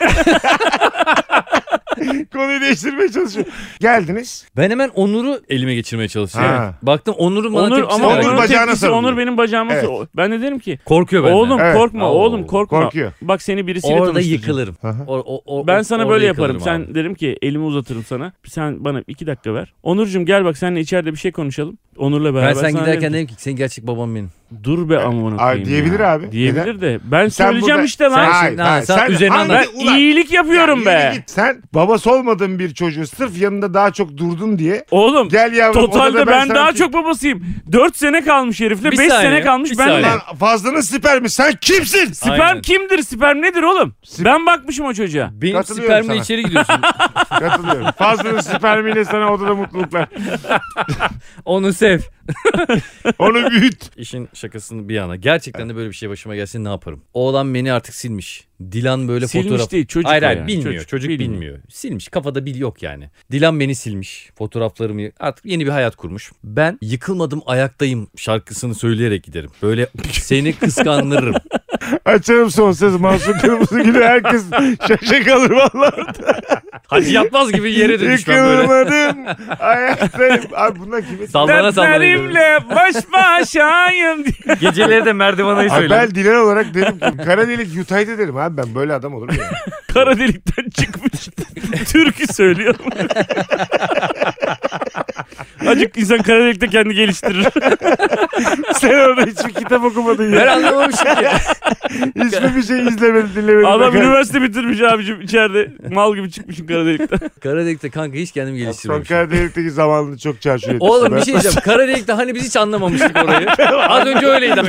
[SPEAKER 1] Konuyu değiştirmeye çalışıyor. Geldiniz.
[SPEAKER 3] Ben hemen Onur'u elime geçirmeye çalışıyorum.
[SPEAKER 1] Ha.
[SPEAKER 3] Baktım Onur'un bana
[SPEAKER 2] Onur
[SPEAKER 3] tepkisi
[SPEAKER 2] ama
[SPEAKER 1] Onur
[SPEAKER 3] merak
[SPEAKER 2] Onur'un
[SPEAKER 3] ediyorum.
[SPEAKER 1] bacağına
[SPEAKER 2] tepkisi,
[SPEAKER 1] sarılıyor.
[SPEAKER 2] Onur benim bacağıma
[SPEAKER 1] Evet.
[SPEAKER 2] sarılıyor. Ben de derim ki
[SPEAKER 3] korkuyor benden.
[SPEAKER 2] oğlum
[SPEAKER 1] Evet.
[SPEAKER 2] korkma
[SPEAKER 3] Oo.
[SPEAKER 2] oğlum korkma.
[SPEAKER 1] Korkuyor.
[SPEAKER 2] Bak seni birisiyle
[SPEAKER 3] Orada
[SPEAKER 2] tanıştıracağım.
[SPEAKER 3] yıkılırım.
[SPEAKER 1] Aha.
[SPEAKER 3] O- o- o-
[SPEAKER 2] Ben sana
[SPEAKER 3] orada
[SPEAKER 2] böyle yaparım.
[SPEAKER 3] yıkılırım
[SPEAKER 2] Sen
[SPEAKER 3] abi.
[SPEAKER 2] derim ki elimi uzatırım sana. Sen bana iki dakika ver. Onurcuğum gel bak seninle içeride bir şey konuşalım. Onur'la beraber.
[SPEAKER 3] Ben sen
[SPEAKER 2] sana
[SPEAKER 3] giderken
[SPEAKER 2] derim ki,
[SPEAKER 3] dedim ki sen gerçek babam benim.
[SPEAKER 2] Dur be amına koyayım.
[SPEAKER 1] diyebilir
[SPEAKER 2] ya.
[SPEAKER 1] abi.
[SPEAKER 2] Diyebilir
[SPEAKER 1] Neden?
[SPEAKER 2] de. Ben
[SPEAKER 1] Sen
[SPEAKER 2] söyleyeceğim
[SPEAKER 1] burada-
[SPEAKER 2] işte lan.
[SPEAKER 1] Sen,
[SPEAKER 2] Ben
[SPEAKER 1] hayır,
[SPEAKER 3] Ha,
[SPEAKER 1] hayır.
[SPEAKER 3] sen üzerine
[SPEAKER 1] hangi
[SPEAKER 3] anlat.
[SPEAKER 1] ulan?
[SPEAKER 2] iyilik yapıyorum
[SPEAKER 1] Ya
[SPEAKER 2] be.
[SPEAKER 1] yürü git. Sen babası olmadığın bir çocuğu sırf yanında daha çok durdun diye.
[SPEAKER 2] Oğlum
[SPEAKER 1] Gel yavrum.
[SPEAKER 2] totalde
[SPEAKER 1] odada
[SPEAKER 2] ben
[SPEAKER 1] sana
[SPEAKER 2] daha
[SPEAKER 1] bir- şey
[SPEAKER 2] çok babasıyım. 4 sene kalmış herifle.
[SPEAKER 3] Bir
[SPEAKER 2] 5
[SPEAKER 3] saniye,
[SPEAKER 2] sene kalmış
[SPEAKER 3] bir
[SPEAKER 2] benle.
[SPEAKER 3] saniye.
[SPEAKER 1] Lan Fazlının sipermiş. Sen kimsin?
[SPEAKER 2] Sperm
[SPEAKER 3] Aynen.
[SPEAKER 2] kimdir? Sperm nedir oğlum?
[SPEAKER 1] Sip-
[SPEAKER 2] Ben bakmışım o çocuğa.
[SPEAKER 3] Benim
[SPEAKER 1] Katılıyorum
[SPEAKER 3] spermle
[SPEAKER 1] sana.
[SPEAKER 3] içeri giriyorsun.
[SPEAKER 1] Katılıyorum. Fazlının spermiyle sana odada mutluluklar.
[SPEAKER 3] Onu sev.
[SPEAKER 1] Onu büyüt.
[SPEAKER 3] İşin şakasını bir yana. Gerçekten de böyle bir şey başıma gelse ne yaparım? Oğlan beni artık silmiş. Dilan böyle
[SPEAKER 2] Silmiş
[SPEAKER 3] fotoğraf...
[SPEAKER 2] değil çocuk
[SPEAKER 3] hayır
[SPEAKER 2] o
[SPEAKER 3] hayır
[SPEAKER 2] yani.
[SPEAKER 3] bilmiyor. Çocuk, bilmiyor. Silmiş. Kafada bil yok yani. Dilan beni silmiş. Fotoğraflarımı artık yeni bir hayat kurmuş. Ben yıkılmadım ayaktayım şarkısını söyleyerek giderim. Böyle seni kıskanırım.
[SPEAKER 1] Açarım son ses. Mansur Kırmızı gibi herkes şaşa kalır valla.
[SPEAKER 3] Hacı yapmaz gibi yere de düşmem böyle.
[SPEAKER 1] Yıkılmadım. Ayaktayım. Abi bunlar kime?
[SPEAKER 3] Sallana sallana. giderim.
[SPEAKER 2] Dertlerimle baş başayım diye.
[SPEAKER 3] Geceleri de merdivanayı
[SPEAKER 1] Abi
[SPEAKER 3] söylerim.
[SPEAKER 1] ben diler olarak derim ki kara delik yutaydı derim abi ben böyle adam olur mu? ya?
[SPEAKER 2] Kara delikten çıkmış. Türkü söylüyor. Acık insan kara delikte kendi geliştirir.
[SPEAKER 1] Sen orada hiçbir kitap okumadın
[SPEAKER 3] Ben
[SPEAKER 1] ya.
[SPEAKER 3] anlamamışım ki.
[SPEAKER 1] Hiçbir bir şey izlemedin dinlemedin.
[SPEAKER 2] Adam
[SPEAKER 1] Bak-
[SPEAKER 2] üniversite bitirmiş abicim içeride. Mal gibi çıkmışım kara delikten.
[SPEAKER 3] Karadelik'te kanka hiç kendimi
[SPEAKER 1] Son
[SPEAKER 3] geliştirmemişim.
[SPEAKER 1] kara delikteki zamanını çok çarşı etmişsin.
[SPEAKER 3] Oğlum bir
[SPEAKER 1] Ben-
[SPEAKER 3] şey diyeceğim. Karadelik'te hani biz hiç anlamamıştık orayı. Az önce öyleydi.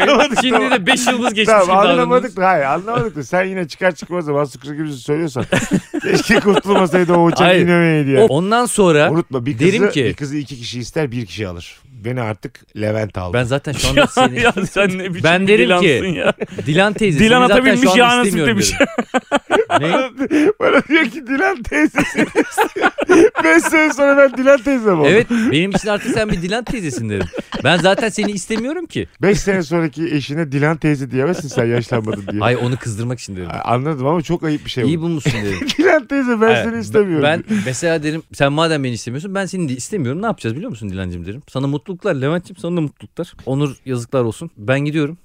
[SPEAKER 3] Şimdi de 5 yıldız geçmiş gibi
[SPEAKER 1] Tamam
[SPEAKER 3] davranıyoruz.
[SPEAKER 1] anlamadık da hayır anlamadık da sen yine çıkar çıkmaz da bazı kızı gibi söylüyorsan keşke kurtulmasaydı o uçak
[SPEAKER 3] Hayır.
[SPEAKER 1] inemeydi diye.
[SPEAKER 3] O- Ondan sonra
[SPEAKER 1] Unutma bir kızı,
[SPEAKER 3] Derim ki-
[SPEAKER 1] bir kızı iki kişi ister bir kişi alır. Beni artık Levent aldı.
[SPEAKER 3] ben zaten şu anda
[SPEAKER 2] ya,
[SPEAKER 3] seni
[SPEAKER 2] ya sen ne biçim
[SPEAKER 3] Ben derim
[SPEAKER 2] dilansın
[SPEAKER 3] ki-
[SPEAKER 2] ya.
[SPEAKER 3] Dilan teyze
[SPEAKER 2] Dilan
[SPEAKER 3] seni zaten
[SPEAKER 2] atabilmiş
[SPEAKER 3] şu anda
[SPEAKER 2] ya nasip
[SPEAKER 3] istemiyorum
[SPEAKER 2] demiş.
[SPEAKER 3] derim. ne?
[SPEAKER 1] Bana diyor ki Dilan teyze seni istiyor. Beş sene sonra ben Dilan teyze oldum.
[SPEAKER 3] Evet benim için artık sen bir Dilan teyzesin derim. Ben zaten seni istemiyorum ki.
[SPEAKER 1] 5 sene sonraki eşine Dilan teyze diyemezsin sen yaşlanmadın diye.
[SPEAKER 3] Hayır onu kızdırmak için derim.
[SPEAKER 1] A- Anladım ama çok ayıp bir şey
[SPEAKER 3] İyi
[SPEAKER 1] oldu.
[SPEAKER 3] bulmuşsun derim.
[SPEAKER 1] Dilan teyze ben
[SPEAKER 3] Evet,
[SPEAKER 1] seni istemiyorum.
[SPEAKER 3] Ben mesela derim sen madem beni istemiyorsun ben seni de istemiyorum ne yapacağız biliyor musun Dilancım derim. Sana mutluluklar Levent'ciğim sana da mutluluklar. Onur yazıklar olsun ben gidiyorum.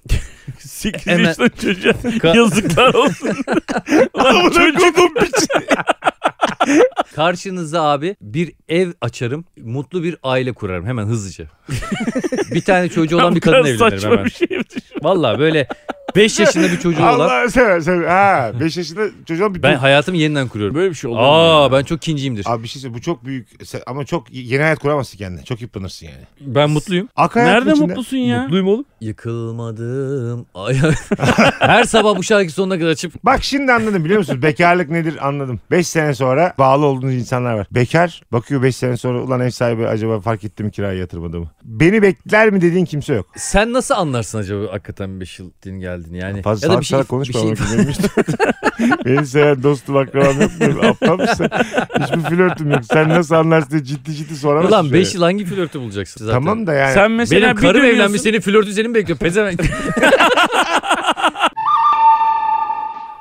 [SPEAKER 2] 8
[SPEAKER 3] Hemen-
[SPEAKER 2] yaşında çocuğa
[SPEAKER 3] Ka-
[SPEAKER 2] yazıklar olsun. Lan çocuk
[SPEAKER 3] Karşınıza abi bir ev açarım mutlu bir aile kurarım hemen hızlıca. bir tane çocuğu olan bir
[SPEAKER 2] bu kadar
[SPEAKER 3] kadın evlenirim
[SPEAKER 2] saçma
[SPEAKER 3] hemen.
[SPEAKER 2] bir şey.
[SPEAKER 3] Vallahi böyle 5 yaşında bir çocuğu olan
[SPEAKER 1] Allah sever sever. Ha 5 yaşında çocuğa bir
[SPEAKER 3] ben hayatımı yeniden kuruyorum.
[SPEAKER 2] Böyle bir şey
[SPEAKER 3] Aa ben çok kinciyimdir.
[SPEAKER 1] Abi bir şey söyle bu çok büyük sen- ama çok yeni hayat kuramazsın kendine. Çok yıpranırsın yani.
[SPEAKER 3] Ben mutluyum.
[SPEAKER 1] Ak hayatın
[SPEAKER 2] Nerede
[SPEAKER 1] içinde-
[SPEAKER 2] mutlusun ya?
[SPEAKER 3] Mutluyum oğlum. Yıkılmadım. Ay- Her sabah bu şarkı sonuna kadar açıp
[SPEAKER 1] Bak şimdi anladım biliyor musun? Bekarlık nedir anladım. 5 sene sonra bağlı olduğunuz insanlar var. Bekar bakıyor 5 sene sonra ulan ev sahibi acaba fark etti mi kirayı yatırmadı mı? Beni bekler mi dediğin kimse yok.
[SPEAKER 3] sen nasıl anlarsın acaba hakikaten 5 yıl din geldi geldin yani.
[SPEAKER 1] Fazla
[SPEAKER 3] ya
[SPEAKER 1] salak
[SPEAKER 3] da bir şey,
[SPEAKER 1] salak konuşma.
[SPEAKER 3] bir
[SPEAKER 1] Şey...
[SPEAKER 3] şey-
[SPEAKER 1] Beni seven dostum akrabam yok mu? Aptal mısın? Hiçbir flörtüm yok. Sen nasıl anlarsın diye ciddi ciddi soramazsın.
[SPEAKER 3] Ulan 5
[SPEAKER 1] şöyle.
[SPEAKER 3] yıl hangi flörtü bulacaksın zaten?
[SPEAKER 1] Tamam da yani.
[SPEAKER 2] Sen Şey- mesela
[SPEAKER 3] Benim
[SPEAKER 2] bir
[SPEAKER 3] karım
[SPEAKER 2] dönüyorsun-
[SPEAKER 3] evlenmiş senin flörtün senin bekliyor. Pezevenk.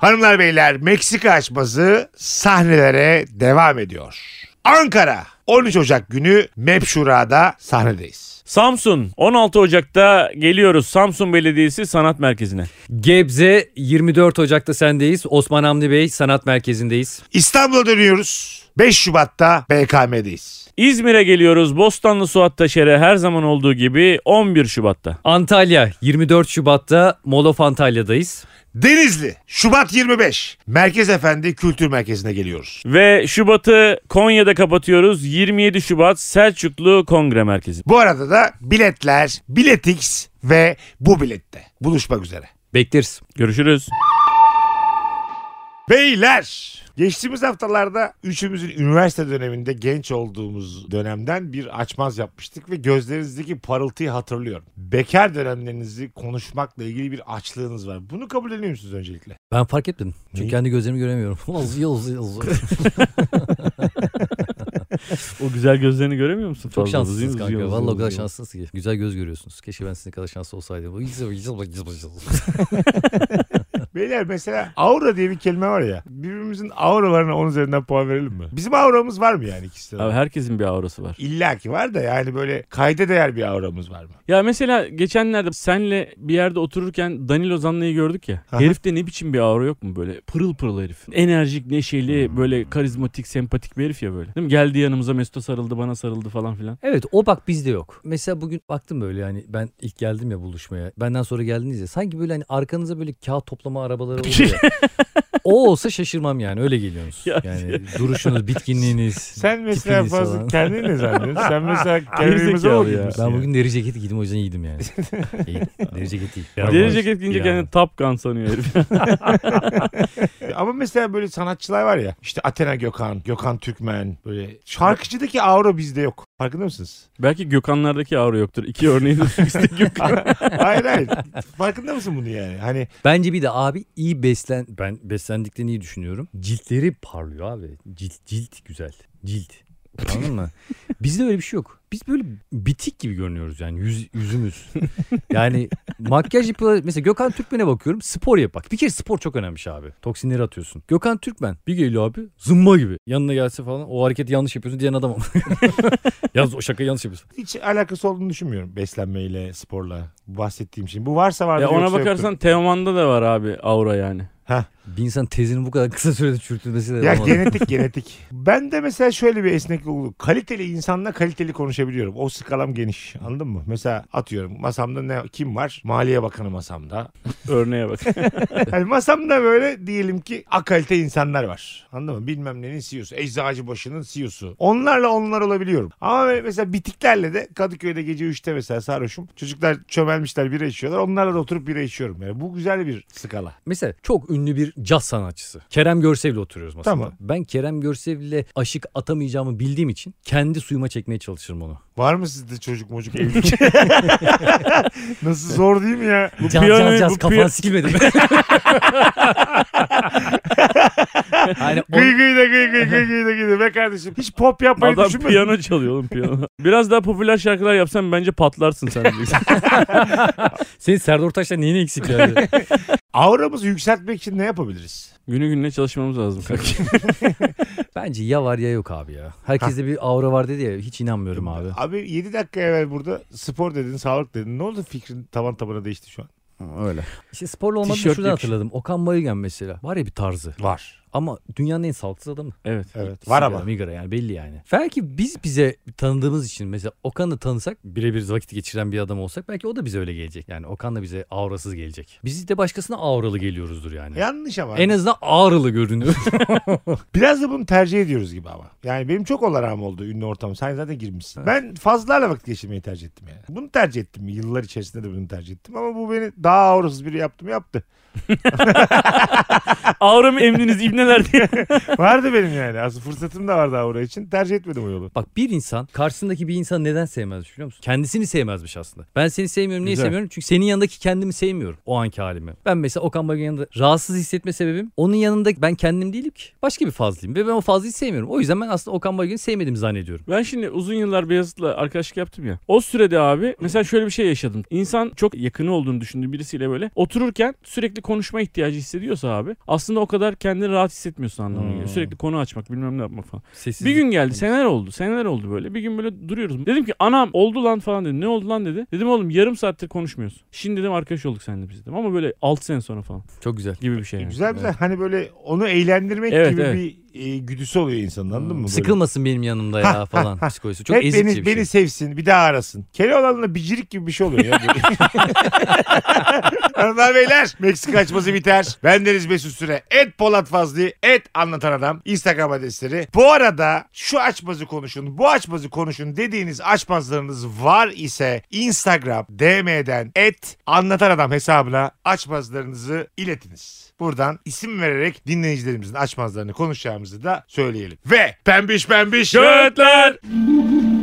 [SPEAKER 1] Hanımlar beyler Meksika açması sahnelere devam ediyor. Ankara 13 Ocak günü Mepşura'da sahnedeyiz.
[SPEAKER 2] Samsun 16 Ocak'ta geliyoruz Samsun Belediyesi Sanat Merkezi'ne.
[SPEAKER 3] Gebze 24 Ocak'ta sendeyiz. Osman Hamdi Bey Sanat Merkezi'ndeyiz.
[SPEAKER 1] İstanbul'a dönüyoruz. 5 Şubat'ta BKM'deyiz.
[SPEAKER 2] İzmir'e geliyoruz Bostanlı Suat Taşer'e her zaman olduğu gibi 11 Şubat'ta.
[SPEAKER 3] Antalya 24 Şubat'ta Molof Antalya'dayız.
[SPEAKER 1] Denizli Şubat 25 Merkez Efendi Kültür Merkezi'ne geliyoruz.
[SPEAKER 2] Ve Şubat'ı Konya'da kapatıyoruz 27 Şubat Selçuklu Kongre Merkezi.
[SPEAKER 1] Bu arada da biletler, biletix ve bu bilette. Buluşmak üzere.
[SPEAKER 3] Bekleriz.
[SPEAKER 2] Görüşürüz.
[SPEAKER 1] Beyler geçtiğimiz haftalarda üçümüzün üniversite döneminde genç olduğumuz dönemden bir açmaz yapmıştık ve gözlerinizdeki parıltıyı hatırlıyorum. Bekar dönemlerinizi konuşmakla ilgili bir açlığınız var. Bunu kabul ediyor musunuz öncelikle?
[SPEAKER 3] Ben fark etmedim. Çünkü
[SPEAKER 1] Neyi?
[SPEAKER 3] kendi gözlerimi göremiyorum. Yazıyor yazıyor yazıyor.
[SPEAKER 2] O güzel gözlerini göremiyor musun?
[SPEAKER 3] Çok şanslısınız kanka. Vallahi o kadar şanslısınız ki. Güzel göz görüyorsunuz. Keşke ben sizin kadar şanslı olsaydım.
[SPEAKER 1] Beyler mesela aura diye bir kelime var ya. Birbirimizin auralarına 10 üzerinden puan verelim mi? Bizim auramız var mı yani ikisi de?
[SPEAKER 2] Abi herkesin bir aurası var.
[SPEAKER 1] İlla ki var da yani böyle kayda değer bir auramız var mı?
[SPEAKER 2] Ya mesela geçenlerde senle bir yerde otururken Danilo Zanlı'yı gördük ya.
[SPEAKER 1] Aha.
[SPEAKER 2] Herifte ne biçim bir aura yok mu böyle? Pırıl pırıl herif. Enerjik, neşeli, böyle karizmatik, sempatik bir herif ya böyle. Değil mi? Geldi yanımıza Mesut'a sarıldı, bana sarıldı falan filan.
[SPEAKER 3] Evet o bak bizde yok. Mesela bugün baktım böyle yani ben ilk geldim ya buluşmaya. Benden sonra geldiniz ya. Sanki böyle hani arkanıza böyle kağıt toplama arabaları oluyor ya. o olsa şaşırmam yani öyle geliyorsunuz.
[SPEAKER 2] Ya-
[SPEAKER 3] Yani duruşunuz, bitkinliğiniz.
[SPEAKER 1] Sen mesela
[SPEAKER 3] tipiniz
[SPEAKER 1] fazla
[SPEAKER 3] falan.
[SPEAKER 1] kendini ne zannediyorsun? Sen mesela kendimize
[SPEAKER 2] Gerizekalı
[SPEAKER 1] mi
[SPEAKER 2] ya.
[SPEAKER 1] gitmişsin
[SPEAKER 3] Ben
[SPEAKER 1] ya?
[SPEAKER 3] bugün deri ceketi giydim o yüzden iyiydim yani. İyi, deri ceket iyi.
[SPEAKER 2] Deri ceket giyince kendini Top Gun sanıyor herif.
[SPEAKER 1] E, Ama mesela böyle sanatçılar var ya. İşte Athena Gökhan, Gökhan Türkmen böyle şarkıcıdaki aura bizde yok. Farkında mısınız?
[SPEAKER 2] Belki Gökhanlardaki aura yoktur. İki örneği de üstü Gökhan.
[SPEAKER 1] hayır hayır. Farkında mısın bunu yani? Hani
[SPEAKER 3] Bence bir de abi iyi beslen... Ben beslendiklerini iyi düşünüyorum. Ciltleri parlıyor abi. Cilt, cilt güzel. Cilt. Anladın mı? Bizde öyle bir şey yok. Biz böyle bitik gibi görünüyoruz yani yüz, yüzümüz. Yani makyaj yapıyorlar. Mesela Gökhan Türkmen'e bakıyorum. Spor yap bak. Bir kere spor çok önemli abi. Toksinleri atıyorsun. Gökhan Türkmen bir geliyor abi zımba gibi. Yanına gelse falan o hareketi yanlış yapıyorsun diyen adam. Yalnız o şakayı yanlış yapıyorsun.
[SPEAKER 1] hiç alakası olduğunu düşünmüyorum beslenmeyle, sporla. Bu bahsettiğim şey. Bu varsa vardır
[SPEAKER 2] ya ona
[SPEAKER 1] yoksa
[SPEAKER 2] bakarsan
[SPEAKER 1] yoktur.
[SPEAKER 2] Teoman'da da var abi aura yani.
[SPEAKER 3] Bir insan tezinin bu kadar kısa sürede çürütülmesi de
[SPEAKER 1] Ya
[SPEAKER 3] olmadı.
[SPEAKER 1] genetik genetik. Ben de mesela şöyle bir esnek oluyor. Kaliteli insanla kaliteli konuşabiliyorum. O skalam geniş. Anladın mı? Mesela atıyorum masamda ne kim var? Maliye Bakanı masamda.
[SPEAKER 2] Örneğe bak.
[SPEAKER 1] Yani masamda böyle diyelim ki akalite insanlar var. Anladın mı? Bilmem nenin E CEO'su. Eczacıbaşı'nın CEO'su. E Onlarla onlar olabiliyorum. Ama böyle mesela bitiklerle de Kadıköy'de gece 3'te mesela sarhoşum. Çocuklar çömelmişler bira içiyorlar. Onlarla da oturup bira içiyorum. Yani bu güzel bir skala.
[SPEAKER 3] Mesela çok ünlü bir caz sanatçısı. Kerem Görsev'le oturuyoruz masada.
[SPEAKER 1] Tamam.
[SPEAKER 3] Ben Kerem Görsev'le aşık atamayacağımı bildiğim için kendi suyuma çekmeye çalışırım onu.
[SPEAKER 1] Var mı sizde çocuk mocuk evlilik? Nasıl zor değil mi ya?
[SPEAKER 3] Bu caz
[SPEAKER 2] piyano-
[SPEAKER 3] caz caz
[SPEAKER 2] bu
[SPEAKER 3] kafan
[SPEAKER 2] piya-
[SPEAKER 3] sikilmedi mi? yani Hani o-
[SPEAKER 1] Gıy gıy da gıy gıy gıy gıy da gıy da. Be kardeşim hiç pop yapmayı
[SPEAKER 2] Adam
[SPEAKER 1] düşünmedin.
[SPEAKER 2] piyano çalıyor oğlum piyano. Biraz daha popüler şarkılar yapsan bence patlarsın sen.
[SPEAKER 3] senin Serdar Ortaç'la neyin eksik yani?
[SPEAKER 1] Auramızı yükseltmek için ne yapabiliriz?
[SPEAKER 2] Günü gününe çalışmamız lazım.
[SPEAKER 3] Bence ya var ya yok abi ya. Herkeste bir aura var dedi ya hiç inanmıyorum abi.
[SPEAKER 1] Abi 7 dakika evvel burada spor dedin, sağlık dedin. Ne oldu fikrin taban tabana değişti şu an?
[SPEAKER 3] Öyle. İşte sporla olmadığını
[SPEAKER 2] Tişört
[SPEAKER 3] şuradan
[SPEAKER 2] yakışıyor.
[SPEAKER 3] hatırladım. Okan Bayülgen mesela. Var ya bir tarzı.
[SPEAKER 1] Var.
[SPEAKER 3] Ama dünyanın en sağlıksız adamı.
[SPEAKER 2] Evet.
[SPEAKER 1] Evet. Var ama.
[SPEAKER 3] Sigara, migara yani belli yani. Belki biz bize tanıdığımız için mesela Okan'ı tanısak birebir vakit geçiren bir adam olsak belki o da bize öyle gelecek. Yani Okan da bize aurasız gelecek. Biz de başkasına auralı geliyoruzdur yani.
[SPEAKER 1] Yanlış ama.
[SPEAKER 3] En azından ağrılı görünüyor.
[SPEAKER 1] Biraz da bunu tercih ediyoruz gibi ama. Yani benim çok olarağım oldu ünlü ortamı. Sen zaten girmişsin. Ben fazlalarla vakit geçirmeyi tercih ettim yani. Bunu tercih ettim. Yıllar içerisinde de bunu tercih ettim. Ama bu beni daha ağırsız biri yaptı mı yaptı.
[SPEAKER 2] Avramı emdiniz İbni neler diye.
[SPEAKER 1] Vardı benim yani. Aslında fırsatım da vardı oraya için. Tercih etmedim o yolu.
[SPEAKER 3] Bak bir insan karşısındaki bir insan neden sevmez biliyor musun? Kendisini sevmezmiş aslında. Ben seni sevmiyorum. Niye
[SPEAKER 1] Güzel.
[SPEAKER 3] sevmiyorum? Çünkü senin yanındaki kendimi sevmiyorum. O anki halimi. Ben mesela Okan Bayülgen'in yanında rahatsız hissetme sebebim onun yanında ben kendim değilim ki. Başka bir fazlayım ve ben o fazlayı sevmiyorum. O yüzden ben aslında Okan Bayülgen'i sevmediğimi zannediyorum.
[SPEAKER 2] Ben şimdi uzun yıllar Beyazıt'la arkadaşlık yaptım ya. O sürede abi mesela şöyle bir şey yaşadım. İnsan çok yakını olduğunu düşündüğü birisiyle böyle otururken sürekli konuşma ihtiyacı hissediyorsa abi aslında o kadar kendini rahat hissetmiyorsun anlamına geliyor.
[SPEAKER 3] Hmm.
[SPEAKER 2] Sürekli konu açmak bilmem ne yapmak falan.
[SPEAKER 3] Sessiz.
[SPEAKER 2] Bir gün geldi seneler oldu seneler oldu böyle bir gün böyle duruyoruz. Dedim ki anam oldu lan falan dedi. Ne oldu lan dedi. Dedim oğlum yarım saattir konuşmuyoruz. Şimdi dedim arkadaş olduk seninle biz dedim. Ama böyle 6 sene sonra falan
[SPEAKER 3] Çok güzel.
[SPEAKER 2] gibi bir şey. yani.
[SPEAKER 1] Güzel güzel. Hani böyle onu eğlendirmek
[SPEAKER 2] Evet,
[SPEAKER 1] gibi
[SPEAKER 2] evet.
[SPEAKER 1] bir e, güdüsü oluyor insanın
[SPEAKER 3] Hmm.
[SPEAKER 1] anladın mı? Böyle?
[SPEAKER 3] Sıkılmasın benim yanımda ya falan psikolojisi. Çok
[SPEAKER 1] Hep
[SPEAKER 3] ezici
[SPEAKER 1] beni,
[SPEAKER 3] bir şey.
[SPEAKER 1] beni sevsin bir daha arasın. Keloğlan'la bicirik gibi bir şey oluyor ya. Hanımlar beyler Meksika açması biter. Ben Deniz Mesut Süre. Et Polat Fazlı. Et Anlatan Adam. Instagram adresleri. Bu arada şu açmazı konuşun. Bu açmazı konuşun dediğiniz açmazlarınız var ise Instagram DM'den et Anlatan Adam hesabına açmazlarınızı iletiniz. Buradan isim vererek dinleyicilerimizin açmazlarını konuşacağımızı da söyleyelim. Ve pembiş pembiş
[SPEAKER 2] Götler!